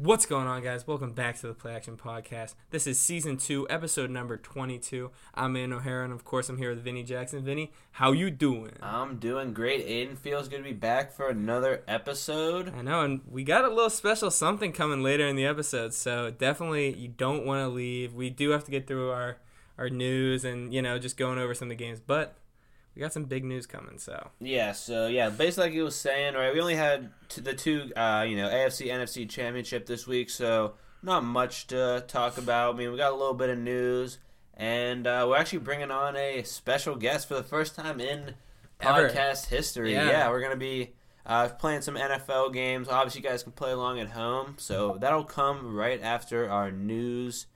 What's going on, guys? Welcome back to the Play Action Podcast. This is season two, episode number twenty-two. I'm Ian O'Hara, and of course, I'm here with Vinny Jackson. Vinny, how you doing? I'm doing great. Aiden feels good to be back for another episode. I know, and we got a little special something coming later in the episode, so definitely you don't want to leave. We do have to get through our our news and you know just going over some of the games, but we got some big news coming. So Yeah, so yeah, basically like you was saying, right? We only had t- the two, uh, you know, AFC NFC championship this week, so not much to talk about. I mean, we got a little bit of news, and uh, we're actually bringing on a special guest for the first time in Ever. podcast history. Yeah. Yeah, we're gonna be uh, playing some NFL games. Obviously, you guys can play along at home, so that'll come right after our news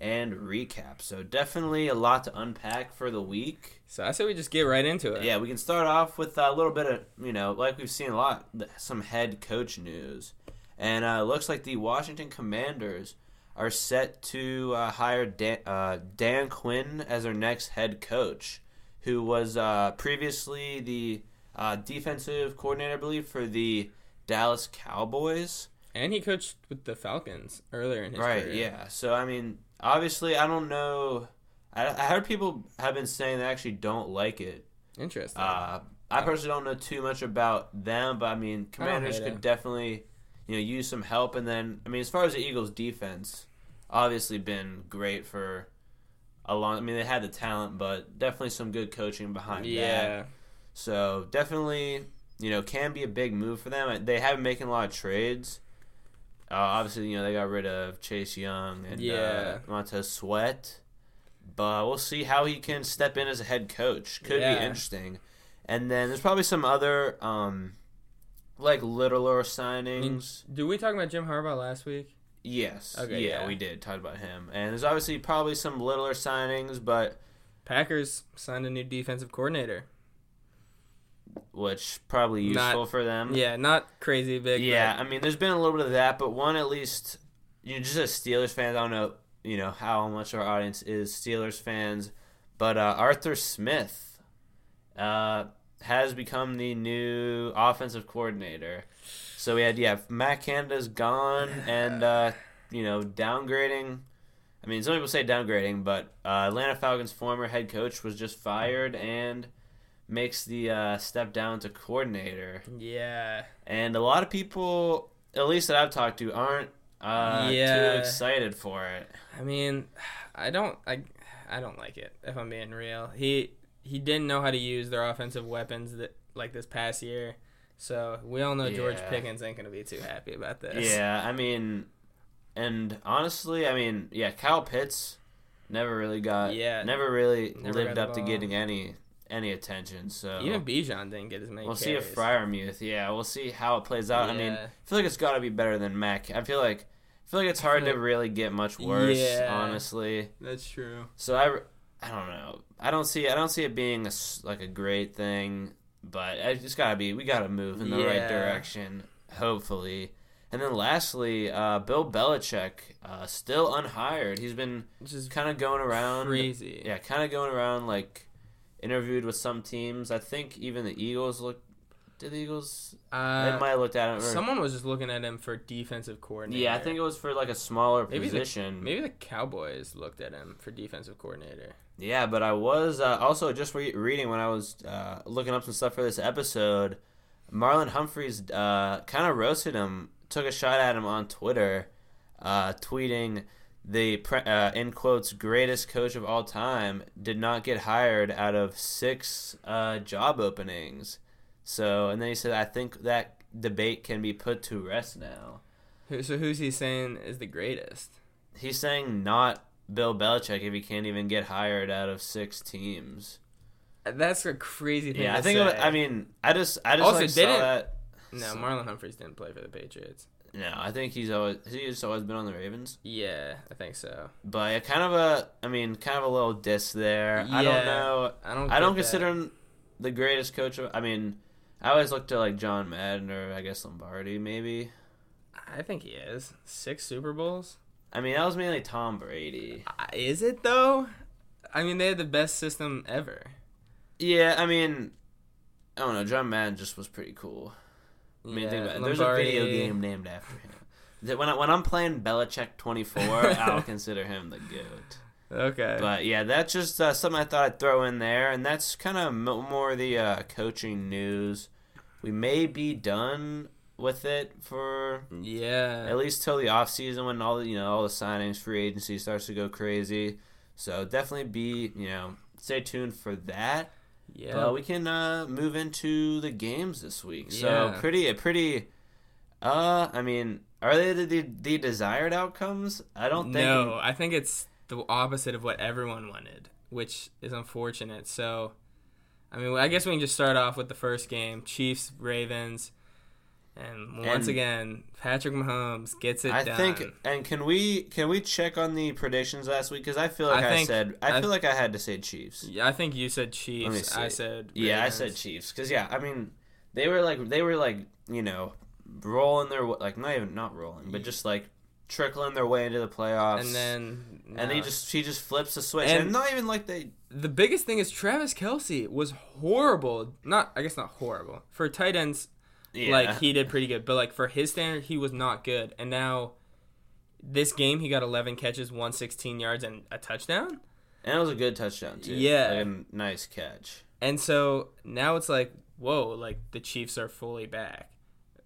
and recap. So definitely a lot to unpack for the week. so I say we just get right into it. Yeah, we can start off with a little bit of, you know, like we've seen a lot, th- some head coach news. And uh, it looks like the Washington Commanders are set to uh, hire Dan, uh, Dan Quinn as their next head coach, who was uh, previously the uh, defensive coordinator, I believe, for the Dallas Cowboys. and he coached with the Falcons earlier in his Right, career. yeah. So, I mean, obviously, I don't know. I, I heard people have been saying they actually don't like it interesting. uh, I personally don't know too much about them, but I mean, Commanders hate could it. definitely, you know, use some help. And then, I mean, as far as the Eagles' defense, obviously been great for a long. I mean, they had the talent, but definitely some good coaching behind that. yeah, So definitely, you know, can be a big move for them. They have been making a lot of trades. Uh, obviously, you know, they got rid of Chase Young and Yeah. uh, Montez Sweat. But we'll see how he can step in as a head coach. Could Yeah. be interesting. And then there's probably some other, um, like, littler signings. Did we talk about Jim Harbaugh last week? Yes. Okay, yeah, yeah. we did talk about him. And there's obviously probably some littler signings, but Packers signed a new defensive coordinator. which probably Not- useful for them. Yeah, not crazy big. Yeah, I mean, there's been a little bit of that, but one at least, you know, just as Steelers fans, I don't know, you know, how much our audience is Steelers fans, but uh, Arthur Smith uh, has become the new offensive coordinator. So we had, yeah, Matt Canada's gone, and uh, you know, downgrading. I mean, some people say downgrading, but uh, Atlanta Falcons' former head coach was just fired and makes the uh, step down to coordinator but- yeah. and a lot of people, at least that I've talked to, aren't uh, Yeah. too excited for it. I mean, I don't I I don't like it if I'm being real. He he didn't know how to use their offensive weapons that like this past year. So we all know George Yeah. Pickens ain't gonna be too happy about this. Yeah, I mean, and honestly, I mean, yeah, Kyle Pitts never really got, Yeah. never really Never lived got up the to ball. getting any any attention. So Even Bijan didn't get as many. we'll see carries. if Fryermuth, yeah, we'll see how it plays out. I mean, Yeah. I feel like it's got to be better than Mac. I feel like. I feel like it's hard feel to really get much worse, Yeah. honestly. That's true. So I, I don't know. I don't see. I don't see it being a s like a great thing. But I just gotta be. We gotta move in the Yeah. right direction, hopefully. And then lastly, uh, Bill Belichick uh, still unhired. He's been Which is kind of going around. crazy. Yeah, kind of going around like interviewed with some teams. I think even the Eagles looked. Did the Eagles? they Uh, might have looked at it. Or, someone was just looking at him for defensive coordinator. yeah, I think it was for like a smaller Maybe the- position. Maybe the Cowboys looked at him for defensive coordinator. Yeah, but I was uh, also just re- reading when I was uh, looking up some stuff for this episode. Marlon Humphreys uh, kind of roasted him, took a shot at him on Twitter, uh, tweeting the pre- uh, in quotes greatest coach of all time did not get hired out of six uh, job openings. So, and then he said, I think that debate can be put to rest now. Who, so who's he saying is the greatest? He's saying not Bill Belichick if he can't even get hired out of six teams. That's a crazy thing. Yeah, to I think. It was, say. I mean, I just, I just Also, like, saw didn't- that. No, So- Marlon Humphreys didn't play for the Patriots. No, I think he's always he's always been on the Ravens, Yeah, I think so. but yeah, kind of a, I mean, kind of a little diss there. I Yeah, don't know. I don't. I don't get consider him the greatest coach. Of, I mean, I always look to like John Madden or I guess Lombardi, maybe. that. I think he is six Super Bowls. I mean, that was mainly Tom Brady. Uh, Is it though? I mean, they had the best system ever. Yeah, I mean, I don't know. John Madden just was pretty cool. I mean, think Yeah, about it. There's a video Lombardi. game named after him. That- When, I, when I'm playing Belichick 24, I'll consider him the goat. Okay. But yeah, that's just uh, something I thought I'd throw in there, and that's kind of mo- more the uh, coaching news. We may be done with it for yeah. at least till the off season when all the you know all the signings, free agency starts to go crazy. So definitely be you know stay tuned for that. Yeah. But we can uh, move into the games this week. So Yeah. pretty, a pretty. Uh, I mean, are they the, the, the desired outcomes? I don't think. no, I think it's the opposite of what everyone wanted, which is unfortunate. So, I mean, I guess we can just start off with the first game: Chiefs Ravens, and once And- again, Patrick Mahomes gets it I done. think, and can we can we check on the predictions last week? Because I feel like I I, think- said I, I- feel like I had to say Chiefs. Yeah, I think you said Let me Chiefs. see. I said Yeah, I Ravens. said Chiefs because yeah, I mean they were like they were like you know rolling their wa- like not even not rolling but just like trickling their way into the playoffs. and then and they no. just he just flips the switch And- and not even like they the biggest thing is Travis Kelsey was horrible. Not I guess not horrible for tight ends. yeah. Like he did pretty good, but like for his standard, he was not good. And now, this game, he got 11 catches, 116 yards, and a touchdown. and it was a good touchdown too. Yeah. like a nice catch. And so now it's like, whoa, like the Chiefs are fully back.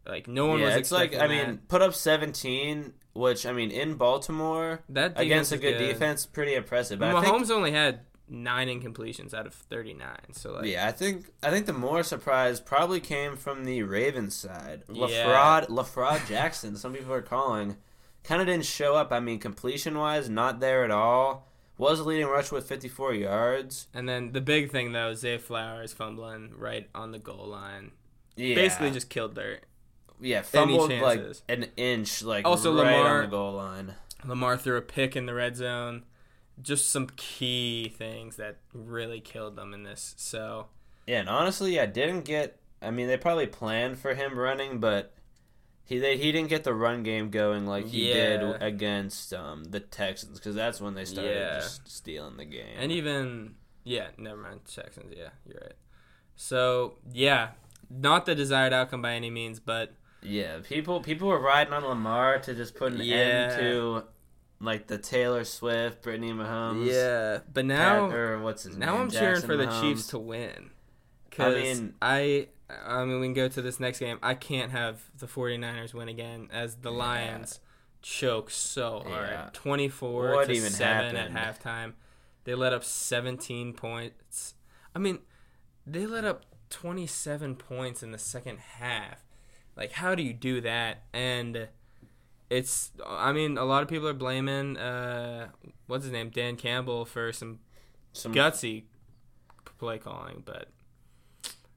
Like no one was yeah, it's like expecting I mean put up seventeen, which I mean in Baltimore that, that against a is good, defense, pretty impressive. But I Mahomes think only had nine incompletions out of 39. So like, Yeah, I think I think the more surprise probably came from the Ravens side. Yeah. LaFraud LaFraud Jackson, some people are calling, kind of didn't show up. I mean, completion wise, not there at all. Was leading rush with 54 yards. and then the big thing though, Zay Flowers fumbling right on the goal line, Yeah, basically just killed dirt. yeah fumbled like chances. an inch, like Also, right Lamar- on the goal line. Lamar threw a pick in the red zone. Just some key things that really killed them in this. So Yeah, and honestly, I didn't get. I mean, they probably planned for him running, but he they, he didn't get the run game going like he did Yeah. against um, the Texans because that's when they started Yeah. just stealing the game. and even yeah, never mind Texans. Yeah, you're right. So yeah, not the desired outcome by any means, but Yeah, people people were riding on Lamar to just put an Yeah. end to like the Taylor Swift, Brittany Mahomes. But Pat- now or what's his now name? I'm cheering Jackson for the Mahomes. Chiefs to win. Cause I mean- mean, I mean we can go to this next game. I can't have the 49ers win again as the Yeah. Lions choke so hard. Yeah. 24 What to even 7 at happened? halftime. They let up 17 points. I mean, they let up 27 points in the second half. Like how do you do that? And it's I mean a lot of people are blaming uh what's his name Dan Campbell for some Some- gutsy play calling, but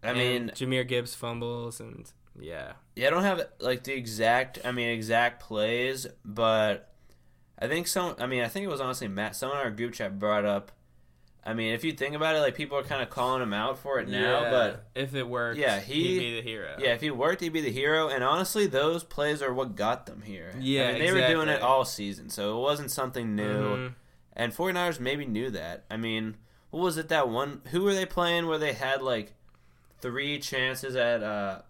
I mean, Jameer Gibbs fumbles and yeah, yeah, I don't have like the exact. I mean, exact plays, but I think some. I mean, I think it was honestly Matt. Someone in our group chat brought up. I mean, if you think about it, like people are kind of calling him out for it now, but if it works, Yeah, yeah, he- he'd be the hero. Yeah, if he worked, he'd be the hero. And honestly, those plays are what got them here. Yeah, I mean, they were doing exactly. it all season, so it wasn't something new. Mhm. And 49ers maybe knew that. I mean, what was it that one? Who were they playing where they had like three chances at uh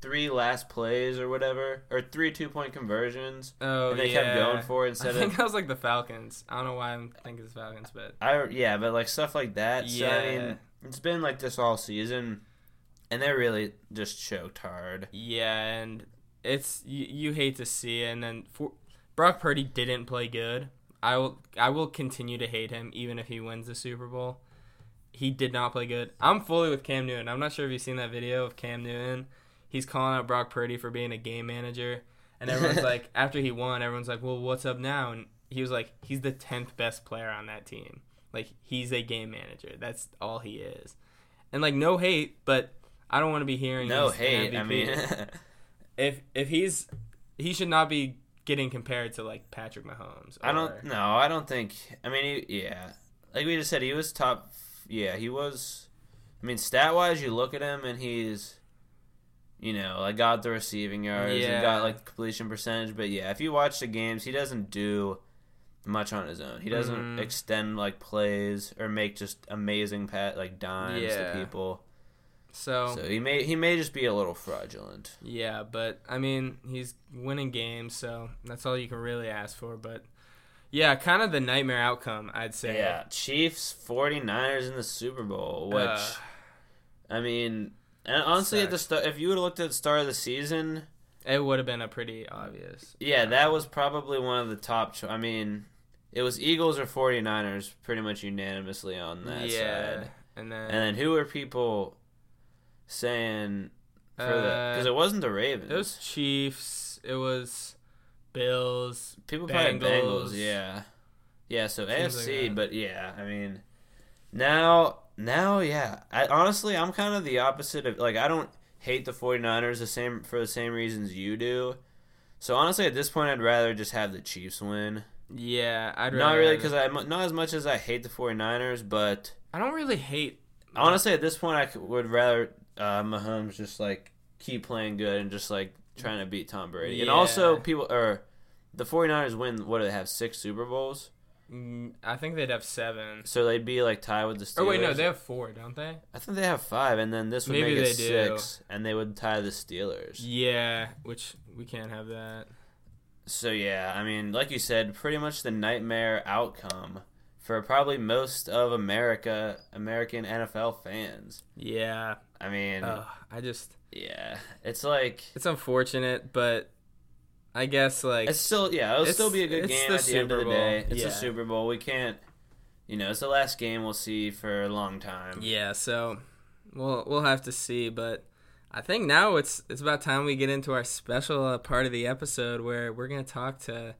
three last plays or whatever, or three two point conversions, Oh and they yeah. kept going for it I instead think of. I was like the Falcons. I don't know why I'm thinking it's Falcons, but I yeah, but like stuff like that. So I Yeah. mean, it's been like this all season, and they really just choked hard. yeah, and it's you, you hate to see it. And then for, Brock Purdy didn't play good. I will I will continue to hate him even if he wins the Super Bowl. He did not play good. I'm fully with Cam Newton. I'm not sure if you've seen that video of Cam Newton. He's calling out Brock Purdy for being a game manager. And everyone's like, after he won, everyone's like, well, what's up now? And he was like, he's the 10th best player on that team. Like, he's a game manager. That's all he is. And, like, no hate, but I don't want to be hearing No he's an hate. I MVP. mean. if, if he's, he should not be getting compared to, like, Patrick Mahomes. I or- don't. No, I don't think. I mean, he, yeah, like we just said, he was top. Yeah, he was. I mean, stat wise, you look at him and he's, you know, like got the receiving yards and Yeah. got like the completion percentage. But yeah, if you watch the games, he doesn't do much on his own. He doesn't Mhm. extend like plays or make just amazing pat like dimes Yeah. Oh. to people. So, So he may he may just be a little fraudulent. yeah, but I mean, he's winning games, so that's all you can really ask for. But yeah, kind of the nightmare outcome, I'd say. Yeah, Chiefs 49ers in the Super Bowl, which Uh, I mean, and honestly at the sucks. start if you would have looked at the start of the season, it would have been a pretty obvious. yeah, that was probably one of the top cho- I mean, it was Eagles or 49ers pretty much unanimously on that yeah, side. and then And then who were people saying for the uh, cuz it wasn't the Ravens. it was Chiefs. It was Bills. People probably Bengals. Bengals, yeah, yeah. So Seems like AFC, that. but yeah, I mean, now, now, yeah. I honestly, I'm kind of the opposite of like I don't hate the 49ers the same for the same reasons you do. So honestly, at this point, I'd rather just have the Chiefs win. Yeah, I'd Not rather really have- because I not as much as I hate the 49ers, but I don't really hate. honestly, at this point, I c- would rather uh, Mahomes just like keep playing good and just like trying to beat Tom Brady. And Yeah. also, people or the 49ers win. What do they have? Six Super Bowls. mm, I think they'd have seven. So they'd be like tied with the Steelers. Oh wait, no, they have four, don't they? I think they have five, and then this would Maybe make it they do. six, and they would tie the Steelers. Yeah, which we can't have that. So yeah, I mean, like you said, pretty much the nightmare outcome for probably most of America, American NFL fans. Yeah, I mean, Ugh, I just yeah, it's like it's unfortunate, but I guess like it's still yeah, it'll It's- still be a good it's game the at the end Super of the Bowl. day. It's Yeah. a Super Bowl. We can't, you know, it's the last game we'll see for a long time. yeah. So we'll we'll have to see, but I think now it's it's about time we get into our special uh, part of the episode where we're gonna talk to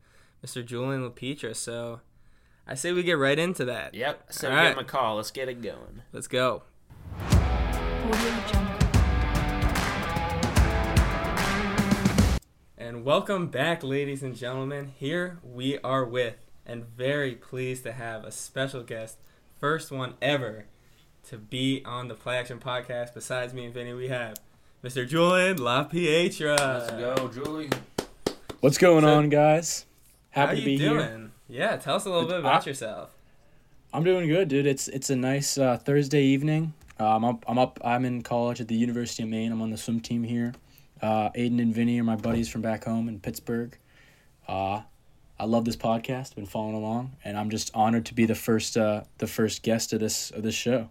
Mr. Julian LaPetra. So I say we get right into that. Yep. So All give right. him a call. Let's get it going. Let's go. Audio Jungle. And welcome back, ladies and gentlemen. Here we are with, and very pleased to have a special guest, first one ever to be on the Play Action Podcast. Besides me and Vinny, we have Mr. Julian LaPietra. Let's go, Julie. What's going So- on, guys? How Happy you to be doing? here. Yeah, tell us a little bit I- about yourself. I'm doing good, dude. It's it's a nice uh, Thursday evening. Uh, I'm up. I'm up. I'm in college at the University of Maine. I'm on the swim team here. Uh, Aiden and Vinny are my buddies from back home in Pittsburgh. Uh, I love this podcast. Been following along, and I'm just honored to be the first uh, the first guest of this of this show.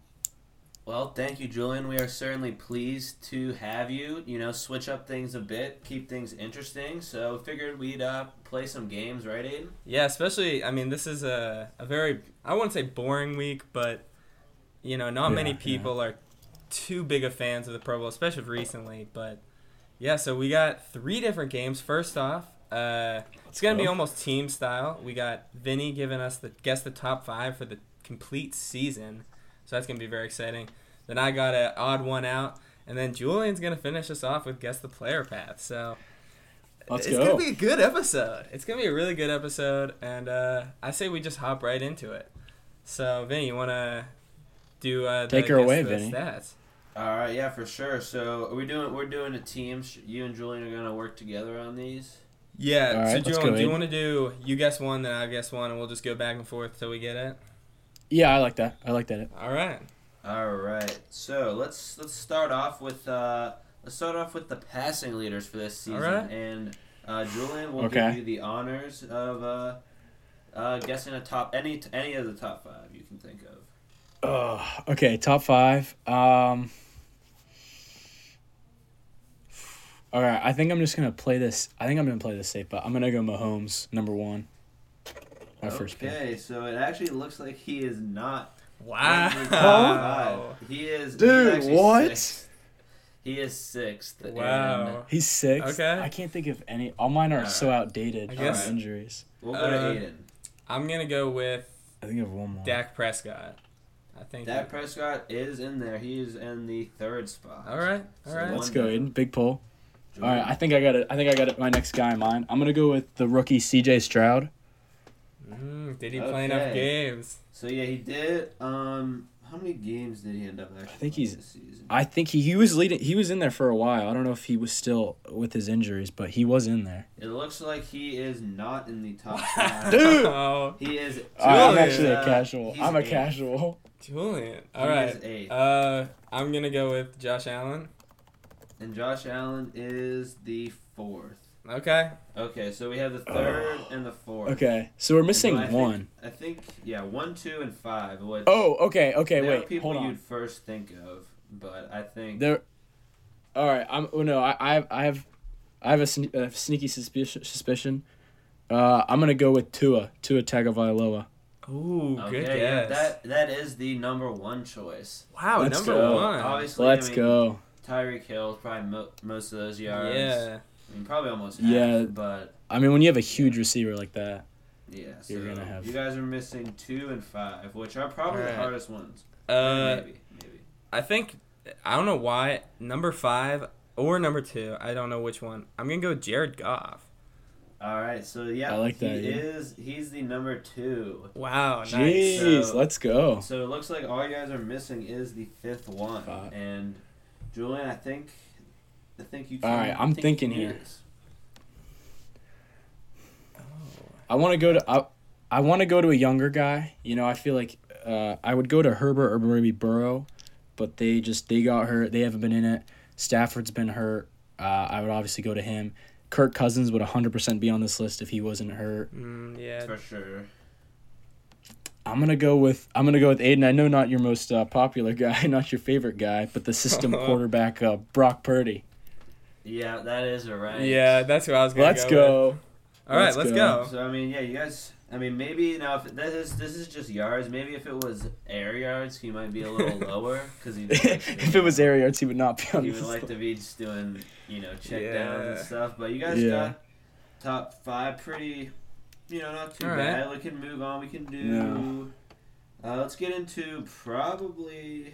Well, thank you, Julian. We are certainly pleased to have you. You know, switch up things a bit, keep things interesting. So, figured we'd uh, play some games, right, Aiden? Yeah, especially, I mean, this is a, a very, I wouldn't say boring week, but, you know, not Yeah, many yeah. people are too big of fans of the Pro Bowl, especially recently. But, yeah, so we got three different games. First off, uh, it's going to be go. almost team style. We got Vinny giving us the, guess the top five for the complete season. So that's going to be very exciting. Then I got an odd one out. And then Julian's going to finish us off with guess the player path. So, Let's it's go. gonna be a good episode. It's gonna be a really good episode, and uh, I say we just hop right into it. So, Vinny, you wanna do uh, the, Take her guess away, the Vinny. Stats? All right, Uh, yeah, for sure. So, are we doing? We're doing a team. Sh- You and Julian are gonna work together on these. Yeah. All right, so, let's Julian, go, do you Aiden. want to do you guess one, then I guess one, and we'll just go back and forth till we get it? yeah, I like that. I like that. All right. All right. So let's let's start off with uh, let's start off with the passing leaders for this All season, right. and uh, Julian will Okay. give you the honors of uh, uh, guessing a top any any of the top five you can think of. Oh, okay, top five. Um, all right, I think I'm just gonna play this. I think I'm gonna play this safe, but I'm gonna go Mahomes number one. My first pick. okay, so it actually looks like he is not. Wow. in the top five. He is. Dude, he's actually what? Sixth. He is sixth. and- Wow. He's six. Okay. I can't think of any. All mine are All so outdated. I I guess- injuries. we'll go to Uh, Aiden. I'm gonna go with I think of one more. Dak Prescott. I think. Dak Prescott is in there. He is in the third spot. all right. All So right. one- Let's go, Aiden. Big pull. All Julian. right, I think I got it. I think I got it. My next guy in mind. I'm gonna go with the rookie C.J. Stroud. Mm, did he play enough Okay. games? So yeah, he did. Um, how many games did he end up? Actually I think he's- this season. I think he, he was leading. He was in there for a while. I don't know if he was still with his injuries, but he was in there. It looks like he is not in the top Dude. five. Oh, He is. All right, I'm Julian. actually a uh, casual. he's I'm a eighth. casual. Julian. He All is right. eighth. Uh, I'm gonna go with Josh Allen. and Josh Allen is the fourth. Okay. Okay, so we have the third Oh. and the fourth. Okay, so we're And so missing I think- one. I think yeah, one, two, and five. Which Oh, okay, okay, they're wait, people hold on. you'd first think of, but I think There. All right. I'm. Oh no. I. I have. I have, I have a, sne- a sneaky suspicion. Suspicion. Uh, I'm gonna go with Tua. Tua Tagovailoa. Ooh, okay, good oh, yeah, guess. that that is the number one choice. wow, Let's number go. one. Obviously, Let's I mean, go. Tyreek Hill probably mo- most of those yards. Yeah. I mean, probably almost. Yeah. half, but I mean, when you have a huge receiver like that, yeah, so You're gonna have- you guys are missing two and five, which are probably All right. the hardest ones. Uh, maybe, maybe. I think I don't know why number five or number two. I don't know which one. I'm gonna go with Jared Goff. All right, so yeah, I like that, He yeah. is he's the number two. Wow. Nice. jeez, So- let's go. So it looks like all you guys are missing is the fifth one. Five. And Julian, I think, I think you. Can, All right, I'm I think you thinking can do here. this. I want to go to. I, I want to go to a younger guy. You know, I feel like uh, I would go to Herbert or maybe Burrow, but they just they got hurt. They haven't been in it. Stafford's been hurt. Uh, I would obviously go to him. Kirk Cousins would 100% be on this list if he wasn't hurt. Mm, yeah. for sure. I'm gonna go with I'm gonna go with Aiden. I know not your most uh, popular guy, not your favorite guy, but the system quarterback uh, Brock Purdy. Yeah, that is right. Yeah, that's who I was gonna Let's go. go. with. All right, let's, Let's go. So I mean, yeah, you guys. I mean, maybe now if this is this is just yards. Maybe if it was air yards, he might be a little lower because he. if it was air yards, he would not be on he this would like list. to be just doing you know check Yeah. downs and stuff. But you guys Yeah. got top five pretty, you know, not too All right. bad. We can move on. We can do. No. Uh, let's get into probably.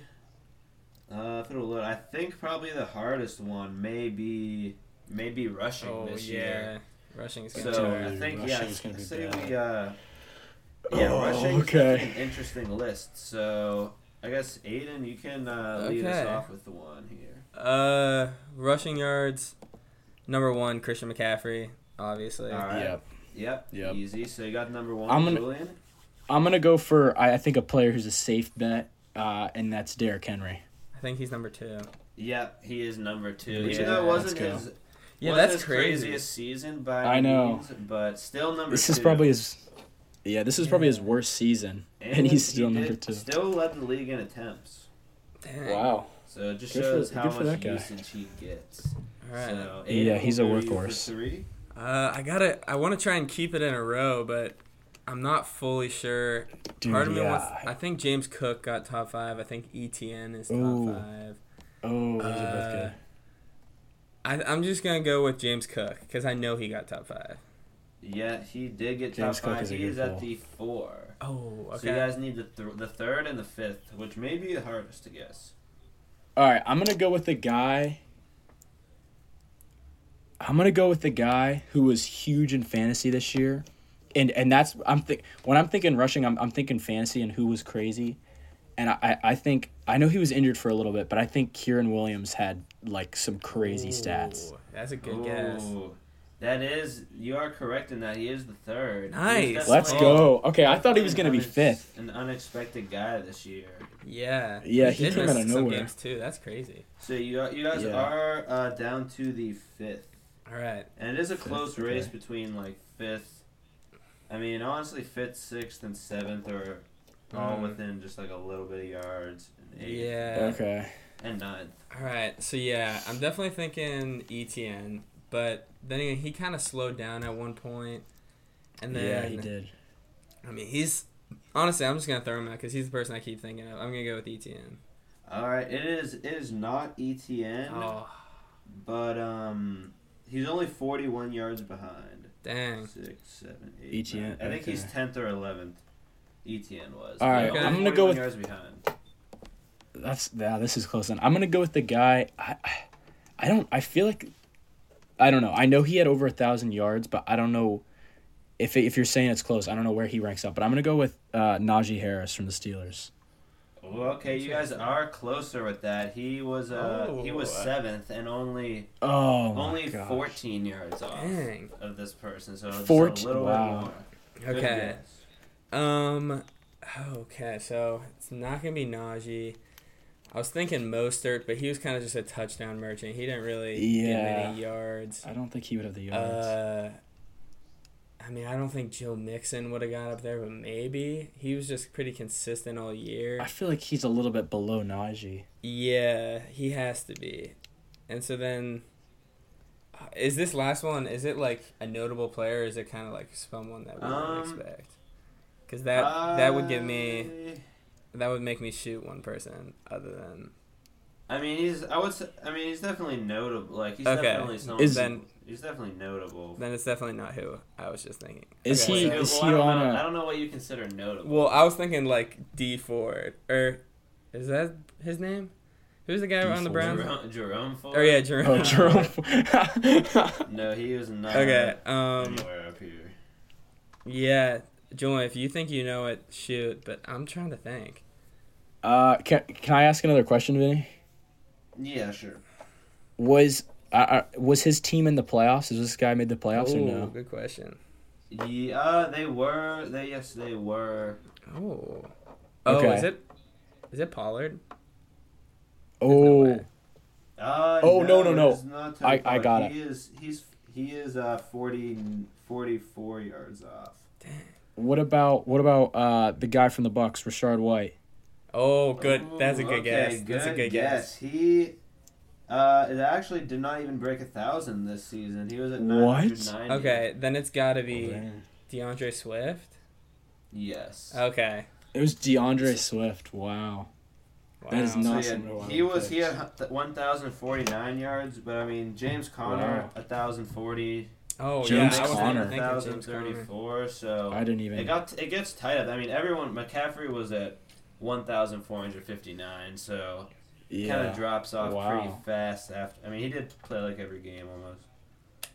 Uh, if it'll load, I think probably the hardest one may be maybe rushing Oh this yeah, year. rushing is So good. Dude, I think yeah, rushing's gonna be say bad. we uh, yeah, Oh, rushing's okay. an interesting list. So I guess Aiden, you can uh, lead us Okay. off with the one here. Uh, rushing yards, number one, Christian McCaffrey, obviously. All right. Yep. Yep. Yep. Easy. So you got number one, I'm gonna- Julian. I'm gonna go for I, I think a player who's a safe bet, uh, and that's Derrick Henry. I think he's number two. Yep, he is number two. Yeah, Even though it let's wasn't go. his, Yeah, wasn't that's his crazy. craziest season by I know. means, but still number. This two. is probably his. Yeah, this is probably Yeah. his worst season, and he's still he number did- two. Still led the league in attempts. Dang. Wow. So it just Good for- shows good how for that much guy. usage he gets. All right. So, Yeah, Aiden, he's a who are you for workhorse. Three. Uh, I gotta. I want to try and keep it in a row, but I'm not fully sure. Dude, Part of me yeah. wants. I think James Cook got top five. I think ETN is top Ooh. five. oh, those are both Uh, good. I, I'm just gonna go with James Cook because I know he got top five. Yeah, he did get James top Cook five. is a He good is at pull. the four. Oh, okay. So you guys need the th- the third and the fifth, which may be the hardest to guess. All right, I'm gonna go with the guy. I'm gonna go with the guy who was huge in fantasy this year, and and that's I'm think when I'm thinking rushing, I'm I'm thinking fantasy and who was crazy, and I I I think I know he was injured for a little bit, but I think Kieran Williams had like some crazy stats. Ooh, That's a good guess. Ooh. That is, you are correct in that he is the third. He was Nice. definitely- Let's go. Okay, I thought he was gonna be Unex- fifth. An unexpected guy this year. Yeah. Yeah, he did came miss out of some nowhere. games too. That's crazy. So you are, you guys Yeah. are uh, down to the fifth, All right. and it is a close okay. race between like fifth. I mean, honestly, fifth, sixth, and seventh are all Mm. within just like a little bit of yards. And eighth Yeah. Okay, And ninth. All right, so yeah, I'm definitely thinking ETN, but then again, he kind of slowed down at one point, and then yeah, he did. I mean, he's honestly, I'm just gonna throw him out because he's the person I keep thinking of. I'm gonna go with E ETN. All right, it is. It is not ETN, Oh, but um, he's only forty-one yards behind. dang. Six, seven, eight. nine. ETN, I think E okay. he's tenth or eleventh. ETN was. All right, Okay. He's I'm gonna go 41 with- yards behind. That's yeah, this is close. Then I'm gonna go with the guy. I, I- I don't. I feel like, I don't know. I know he had over a thousand yards, but I don't know if if you're saying it's close. I don't know where he ranks up, but I'm gonna go with uh, Najee Harris from the Steelers. Well, okay, you guys are closer with that. He was uh he was Oh. seventh and only Oh, my only gosh. fourteen yards off Dang. of this person. So just a Fourteen- little wow. bit more. Good Okay. guess. Um, Okay, so it's not gonna be Najee. I was thinking Mostert, but he was kind of just a touchdown merchant. He didn't really get Yeah. many yards. I don't think he would have the yards. Uh, I mean, I don't think Joe Mixon would have got up there, but maybe he was just pretty consistent all year. I feel like he's a little bit below Najee. Yeah, he has to be. And so then, uh, is this last one? Is it like a notable player? Or is it kind of like someone that we Um, wouldn't expect? Because that that would give me that would make me shoot one person other than I mean, he's. I would. s- I mean, he's definitely notable. Like he's Okay. definitely someone. Is- then- he's definitely notable. then it's definitely not who I was just thinking. Is Okay, he so- is Well, he I don't on know, I a don't know what you consider notable. Well, I was thinking like D Ford or is that his name? Who's the guy D. on the Ford. Browns? Jerome, Jerome Ford. Oh yeah, Jerome. oh Jerome? No, he was not. Okay. Um. Anywhere up here. Yeah, Joy. If you think you know it, shoot. But I'm trying to think. Uh, can, can I ask another question, Vinny? Yeah, sure. Was uh, uh, was his team in the playoffs? Is this guy made the playoffs Ooh, or no? Good question. Yeah, uh, they were. They yes, they were. Oh. Oh, Okay. is it? Is it Pollard? no Oh, way. Uh, Oh, no, no, no. it is not I- Tony I Pollard. got he is. He's. He is uh 40, 44 yards off. what about what about uh the guy from the Bucks, Rashard White? Oh, good. That's a good Okay, guess. That's a good guess. He uh, it actually did not even break a thousand this season. He was at What? 990. Okay, then it's got Oh, to be DeAndre Swift. Yes. Okay. It was DeAndre Swift. Wow. That is Wow. So not he, something I had, wanna he was fix. he had hu- 1049 yards, but I mean James Conner Wow. 1040, Oh, James yeah. I was Conner. thinking of James Conner. 1034. So I didn't it even. got it gets tight up. I mean everyone McCaffrey was at 1459, so it kind Yeah. of drops off pretty Wow. fast after. I mean he did play like every game almost.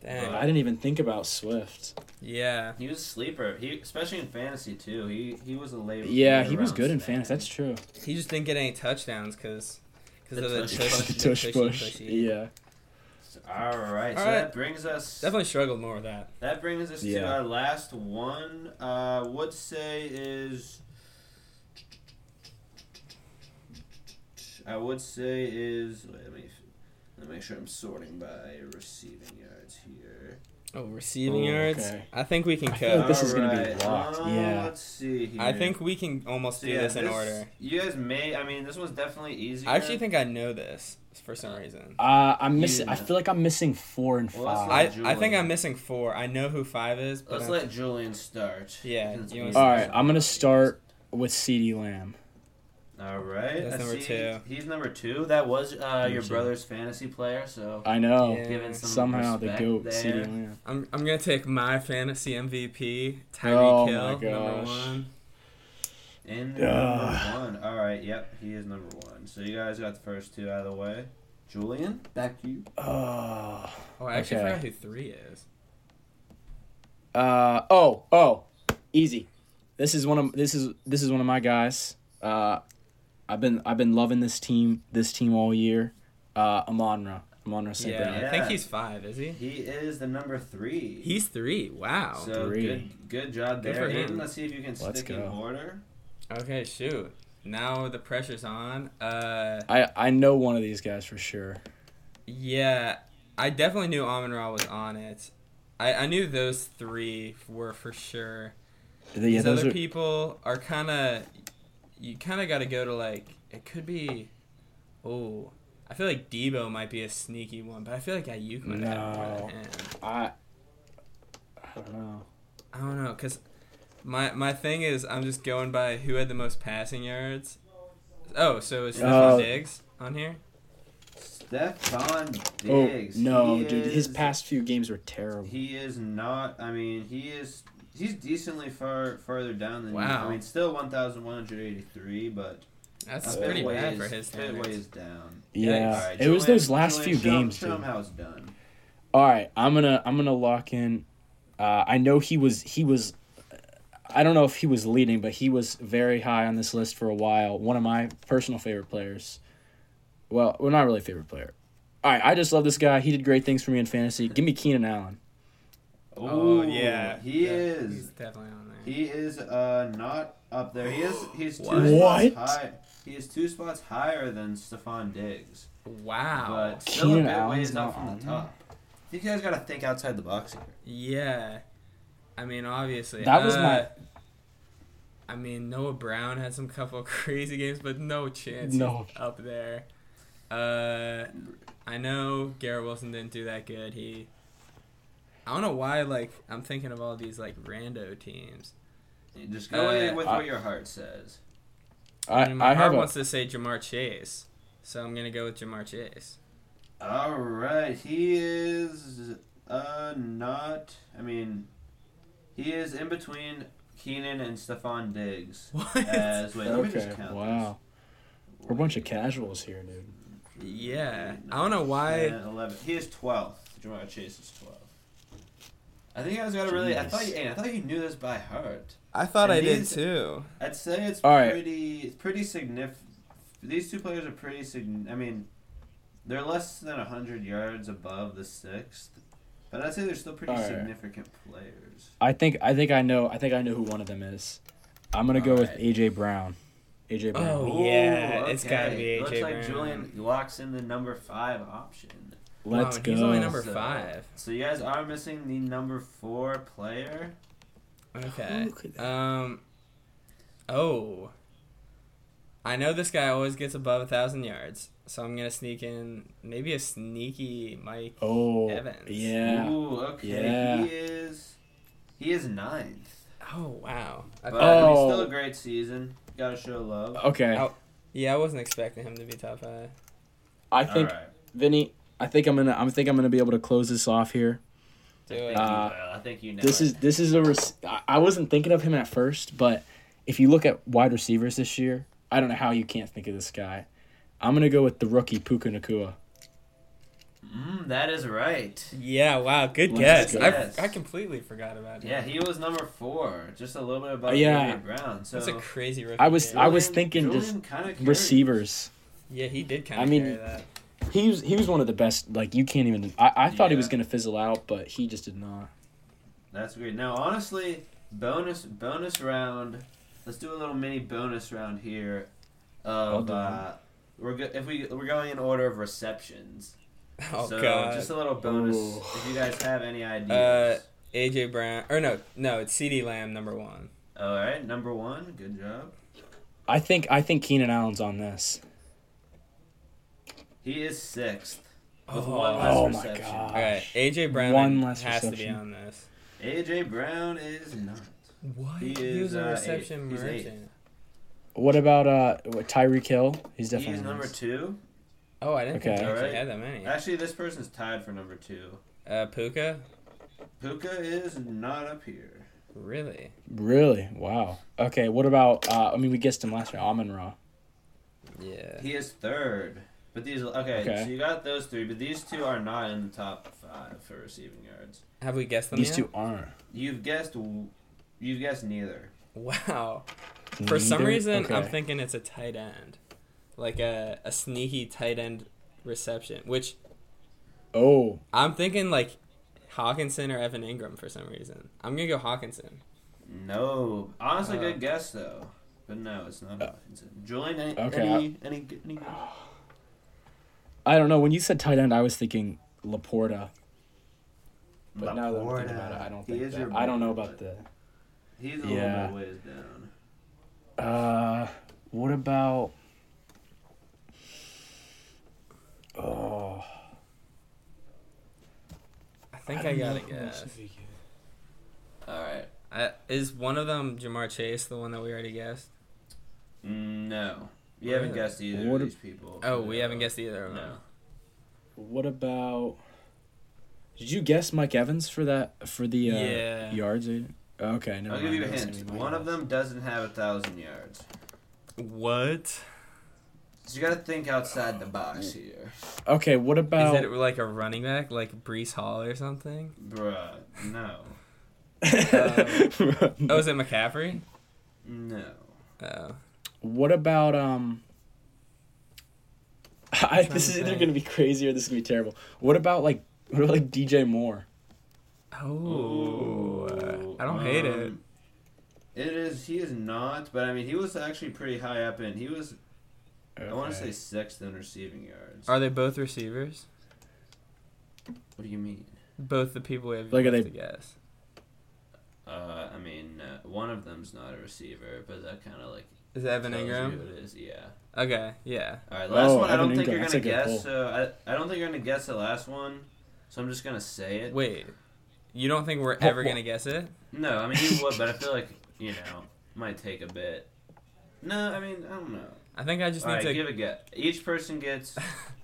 Dang. I didn't even think about Swift. Yeah. He was a sleeper. He especially in fantasy too. He he was a late. Yeah, late he was round good in snack. fantasy. That's true. He just didn't get any touchdowns because The of the tush, tush push. push, The the tush pushy push. pushy. Yeah. All right. so All right. that brings us. Definitely struggled more with that. That brings us to Yeah. our last one. Uh, would say is. I would say is. Wait, let me. Let me make sure I'm sorting by receiving yards here. Oh, receiving Ooh, yards. okay. I think we can I feel like cook. this is gonna be Alright, locked. um, Yeah. Let's see here. I think we can almost So, do yeah, this in order. You guys may. I mean, this one's definitely easy. I actually think I know this for some reason. Uh, I'm missing. Yeah. I feel like I'm missing four and Well, that's five. not- I, I think Julian. I'm missing four. I know who five is, but Let's I'm- let Julian start. Yeah, Because you we- wanna- All right, I'm gonna start with Ceedee Lamb. All right. That's I number see two. He's number two. That was uh, your two. brother's fantasy player, so I know. Yeah. giving some Somehow the respect goat, there. Ceedee Lamb. I'm I'm gonna take my fantasy MVP, Tyreek Oh Hill, my number gosh. one. And Ugh. number one. All right. Yep, he is number one. So you guys got the first two out of the way. Julian, back to you. Oh. Oh, I actually Okay. forgot who three is. Uh oh oh, easy. This is one of this is this is one of my guys. Uh, I've been I've been loving this team this team all year. Uh, Amonra Amonra St. Yeah, Brown. I think Yeah. he's five. Is he? He is the number three. He's three. Wow. so Three. good. Good job Good there, for him. Aiden. Let's see if you can Let's stick in go. order. okay, shoot. Now the pressure's on. Uh, I I know one of these guys for sure. yeah, I definitely knew Amon Ra was on it. I, I knew those three were for sure. They- yeah, These those other are- people are kind of. You kind of got to go to like it could be. Oh, I feel like Debo might be a sneaky one, but I feel like Ayuk might have more No. than him. I, I don't know. I don't know, cause my my thing is I'm just going by who had the most passing yards. Oh, so is Stephon Oh. Diggs on here? Stephon Oh Diggs. no, He dude, his is- past few games were terrible. He is not. I mean, he is. He's decently far further down than. Wow. I mean, still one thousand one hundred eighty-three, but That's a bit pretty ways, bad for his bit ways standards. down. Yeah, All it was those last few games. Show dude. him how it's done. All right, I'm gonna I'm gonna lock in. Uh, I know he was he was. I don't know if he was leading, but he was very high on this list for a while. One of my personal favorite players. Well, we're not really favorite player. All right, I just love this guy. He did great things for me in fantasy. Give me Keenan Allen. Oh Ooh, yeah, he Yeah, is. He's definitely on there. He is uh not up there. He is he's two What? spots high. He is two spots higher than Stephon Diggs, Wow. but still Keenan a bit ways Allen's up not from on the there. top. These guys got to think outside the box here. yeah. I mean, obviously. That was Uh, my- I mean, Noah Brown had some couple crazy games, but no chance. No. he's Up there. Uh, I know Garrett Wilson didn't do that good. He. I don't know why. Like, I'm thinking of all these like rando teams. You Just go Uh, with I- what your heart says. I, mean, my I heart have a, wants to say Jamar Chase, so I'm gonna go with Jamar Chase. All right, he is uh not. I mean, he is in between Keenan and Stephon Diggs. What? Uh, As wait, let me okay. just count. Wow, this. we're a bunch of casuals here, dude. yeah. I don't know why. Yeah, Eleven. He is twelfth. Jamar Chase is twelfth. I think I was gonna really. I Jeez. thought. You, Aiden, I thought you knew this by heart. I thought And I did these- too. I'd say it's All right. pretty. It's pretty significant. These two players are pretty significant. I mean, they're less than hundred yards above the sixth, but I'd say they're still pretty All right. significant players. I think I think I know I think I know who one of them is. I'm gonna go with Alright. AJ Brown. AJ Brown. Oh, yeah, Ooh, it's gotta be Looks AJ like Brown. Julian locks in the number five option. Let's Wow, go. he's only number So- five. So you guys are missing the number four player. Okay. Who could that- Um. Oh. I know this guy always gets above a thousand yards, so I'm gonna sneak in maybe a sneaky Mike. Oh Evans. yeah. Ooh, okay. Yeah. He is. He is ninth. Oh wow. I But thought- I mean, Oh. still a great season. Gotta show love. Okay. Out. Yeah, I wasn't expecting him to be top five. I think All right. Vinny. I think I'm gonna. I think I'm gonna be able to close this off here. Do I it. think Uh, you will. I think you know. This it. is this is a. rec- I I wasn't thinking of him at first, but if you look at wide receivers this year, I don't know how you can't think of this guy. I'm gonna go with the rookie Puka Nakua. Mm, that is right. yeah. Wow. Good guess. Let's go. Yes. I, I completely forgot about him. Yeah, he was number four. Just a little bit above Oh, Yeah. AJ Brown. So That's a crazy rookie. I was- year. I was thinking kind of Receivers. yeah, he did kind of I mean- carry that. He was he was one of the best. Like you can't even. I, I thought he was Yeah. gonna fizzle out, but he just did not. That's great. Now, honestly, bonus bonus round. Let's do a little mini bonus round here. I'll Of do uh, we're go- if we we're going in order of receptions. Oh so god. just a little bonus Ooh. if you guys have any ideas. Uh, AJ Brown or no no it's CD Lamb number one. All right, number one. Good job. I think I think Keenan Allen's on this. He is sixth. With Oh. one less Oh my reception. God. All right, AJ Brown One less has to be reception. on this. AJ Brown is not. What? He is, uh, eight. He's eight. What about uh what, Tyreek Hill? He's he definitely is on number this. two. Oh, I didn't think Okay. he actually Alright. had that many. Actually, this person's tied for number two. Uh, Puka, Puka is not up here. really? Really? Wow. Okay. What about? Uh, I mean, we guessed him last year. Amon Ra. Yeah. He is third. But these okay, Okay. so you got those three, but these two are not in the top five for receiving yards. Have we guessed them These yet? two aren't. You've guessed, w- you've guessed neither. Wow. For some Neither- reason, I'm okay. thinking it's a tight end, like a a sneaky tight end reception. Which Oh, I'm thinking like Hawkinson or Evan Ingram for some reason. I'm gonna go Hawkinson. No, honestly, Uh. good guess though. But no, it's not. Uh. It's- Julian, any, Okay, any, any, g- any, guess? I don't know. When you said tight end, I was thinking Laporta. But now that I'm Laporta. thinking about it, I don't He think is that- your I don't know boy, about but the. He's a Yeah. little bit ways down. Uh, what about? Oh, I think I, gotta guess. All right. I, is one of them Jamar Chase, the one that we already guessed? No, you haven't Really? guessed either What of a- these people. Oh, we No. haven't guessed either of them. No. What about? Did you guess Mike Evans for that for the uh, Yeah. yards? dude? Okay, never I'll give mind. you a That was gonna hint. be my One of guess. them doesn't have a thousand yards. What? So you got to think outside the box here, Okay, what about? Is it like a running back, like Brees Hall or something? bruh. No, Oh, is it McCaffrey? no. Oh. what about um? I, trying this to is either think. gonna be crazy or this is gonna be terrible. What about like what about like DJ Moore? Oh. I don't hate it. um, It is. He is not. But I mean, he was actually pretty high up in. He was. I want to Okay. say sixth in receiving yards. Are they both receivers? what do you mean? Both the people we have Like, are yet to they- guess. Uh, I mean, uh, one of them's not a receiver, but that kind of like Is it Evan tells you Ingram? who it is. Yeah. Okay, yeah. All right. Last Oh, one. I Evan don't think Ingram, you're that's gonna a good guess. pull. So I, I don't think you're gonna guess the last one. So I'm just gonna say it. Wait, you don't think we're ever gonna guess it? No, I mean you would, but I feel like you know might take a bit. No, I mean I don't know. I think I just All need right, to. give a guess. Each person gets.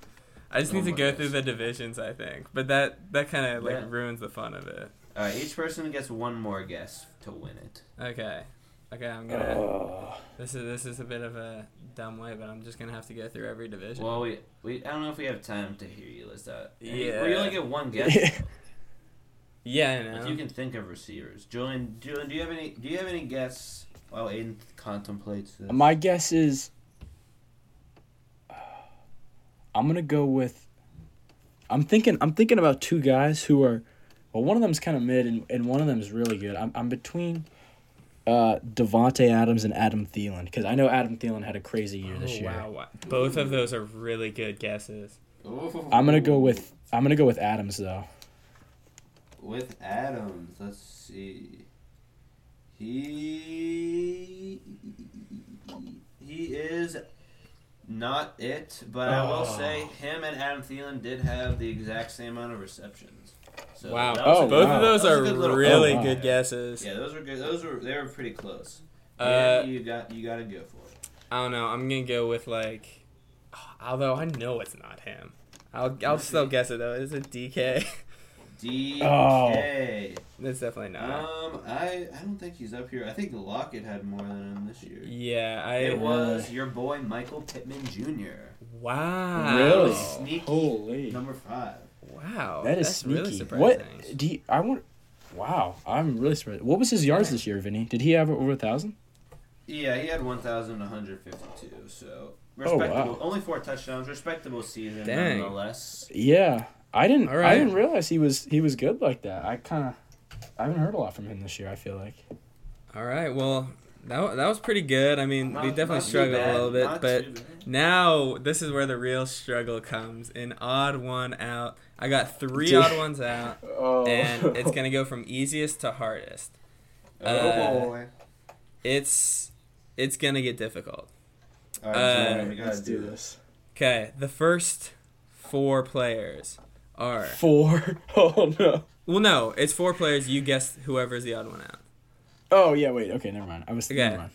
I just Oh need to my go gosh. through the divisions. I think, but that that kind of like Yeah. ruins the fun of it. All right, each person gets one more guess to win it. Okay, okay, I'm gonna. Oh. This is this is a bit of a dumb way, but I'm just gonna have to go through every division. Well, we, we I don't know if we have time to hear you list out. Yeah. Well, you only get one guess. though. yeah, I know. If you can think of receivers, Julian, Julian, do you have any? Do you have any guess while Aiden contemplates this? My guess is I'm gonna go with I'm thinking I'm thinking about two guys who are well one of them's kinda mid and, and one of them's really good. I'm I'm between uh Devonte Adams and Adam Thielen, because I know Adam Thielen had a crazy year this Oh, year. wow, wow. both of those are really good guesses. I'm I'm gonna go with I'm gonna go with Adams though. with Adams. Let's see. He he is not it, but I will Oh. say him and Adam Thielen did have the exact same amount of receptions. So wow, that was a Oh, good- both wow. of those that was are a good little- really Oh, wow. good guesses. Yeah, those were good. Those were they were pretty close. Uh, yeah, you got you got to go for it. I don't know. I'm gonna go with like, although I know it's not him. I'll I'll still guess it though. It's a DK. DK. it's definitely not. Um, I I don't think he's up here. I think Lockett had more than him this year. yeah, I It was your boy Michael Pittman Jr. Wow. Really? Sneaky Oh, Holy. number five. Wow. That is that's sneaky. really surprising. what do you, I want Wow, I'm really surprised. What was his yards this year, Vinny? Did he have over a thousand? Yeah, he had 1,152. So respectable. Oh, wow. Only four touchdowns. Respectable season, Dang. nonetheless. Yeah, I didn't. All right. I didn't realize he was he was good like that. I kind of, I haven't heard a lot from him this year. I feel like. All right. Well, that wa- that was pretty good. I mean, Not- we not definitely too struggled bad, a little bit, not but too bad. now this is where the real struggle comes. An odd one out. I got three Dude. odd ones out, Oh. and it's gonna go from easiest to hardest. oh uh, boy. It's it's gonna get difficult. All right, uh, Junior, we gotta Let's do this. this. Okay, the first four players are Four. Oh no. well, no, it's four players. You guessed whoever's the odd one out. Oh yeah. Wait. Okay. Never mind. I was. Okay. Never mind.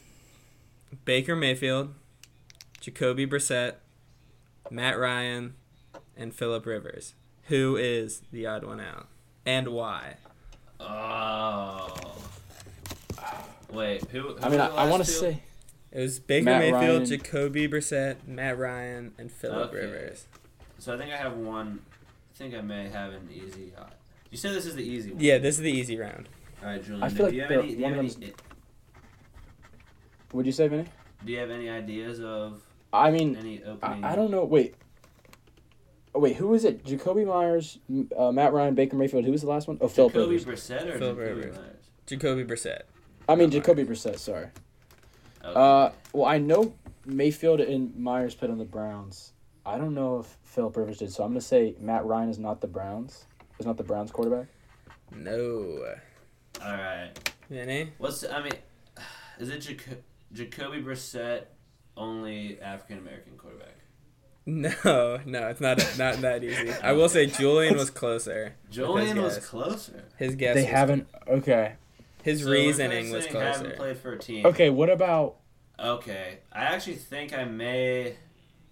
Baker Mayfield, Jacoby Brissett, Matt Ryan, and Phillip Rivers. Who is the odd one out? And why? Oh. Wait, who? who I were mean, the I, I last want to two? say. It was Baker Matt Mayfield, Ryan. Jacoby Brissett, Matt Ryan, and Phillip Okay. Rivers. So I think I have one. I think I may have an easy. Uh, you said this is the easy one. Yeah, this is the easy round. All right, Julian. I feel do you like have the- any? Do you one have of any, Would you say Vinny? do you have any ideas of I mean, any opening? I, I don't know. Wait. Oh, wait. Who is it? Jacoby Myers, m- uh, Matt Ryan, Baker Mayfield. Who was the last one? Oh, Philip Jacoby Rivers. Brissett or Philip Jacoby Rivers. Myers? Jacoby Brissett. I mean, Myers. Jacoby Brissett. Sorry. Okay. Uh, well, I know Mayfield and Myers put on the Browns. I don't know if Philip Rivers did, so I'm gonna say Matt Ryan is not the Browns. Is not the Browns quarterback. No. All right. Vinny? What's I mean? Is it Jaco- Jacoby Brissett only African American quarterback? No, no, it's not not that easy. I will say Julian was closer. Julian was guess. closer. His guess they was- haven't. Okay. his So we're reasoning was saying Haven't closer. played for a team. Okay. What about? Okay. I actually think I may.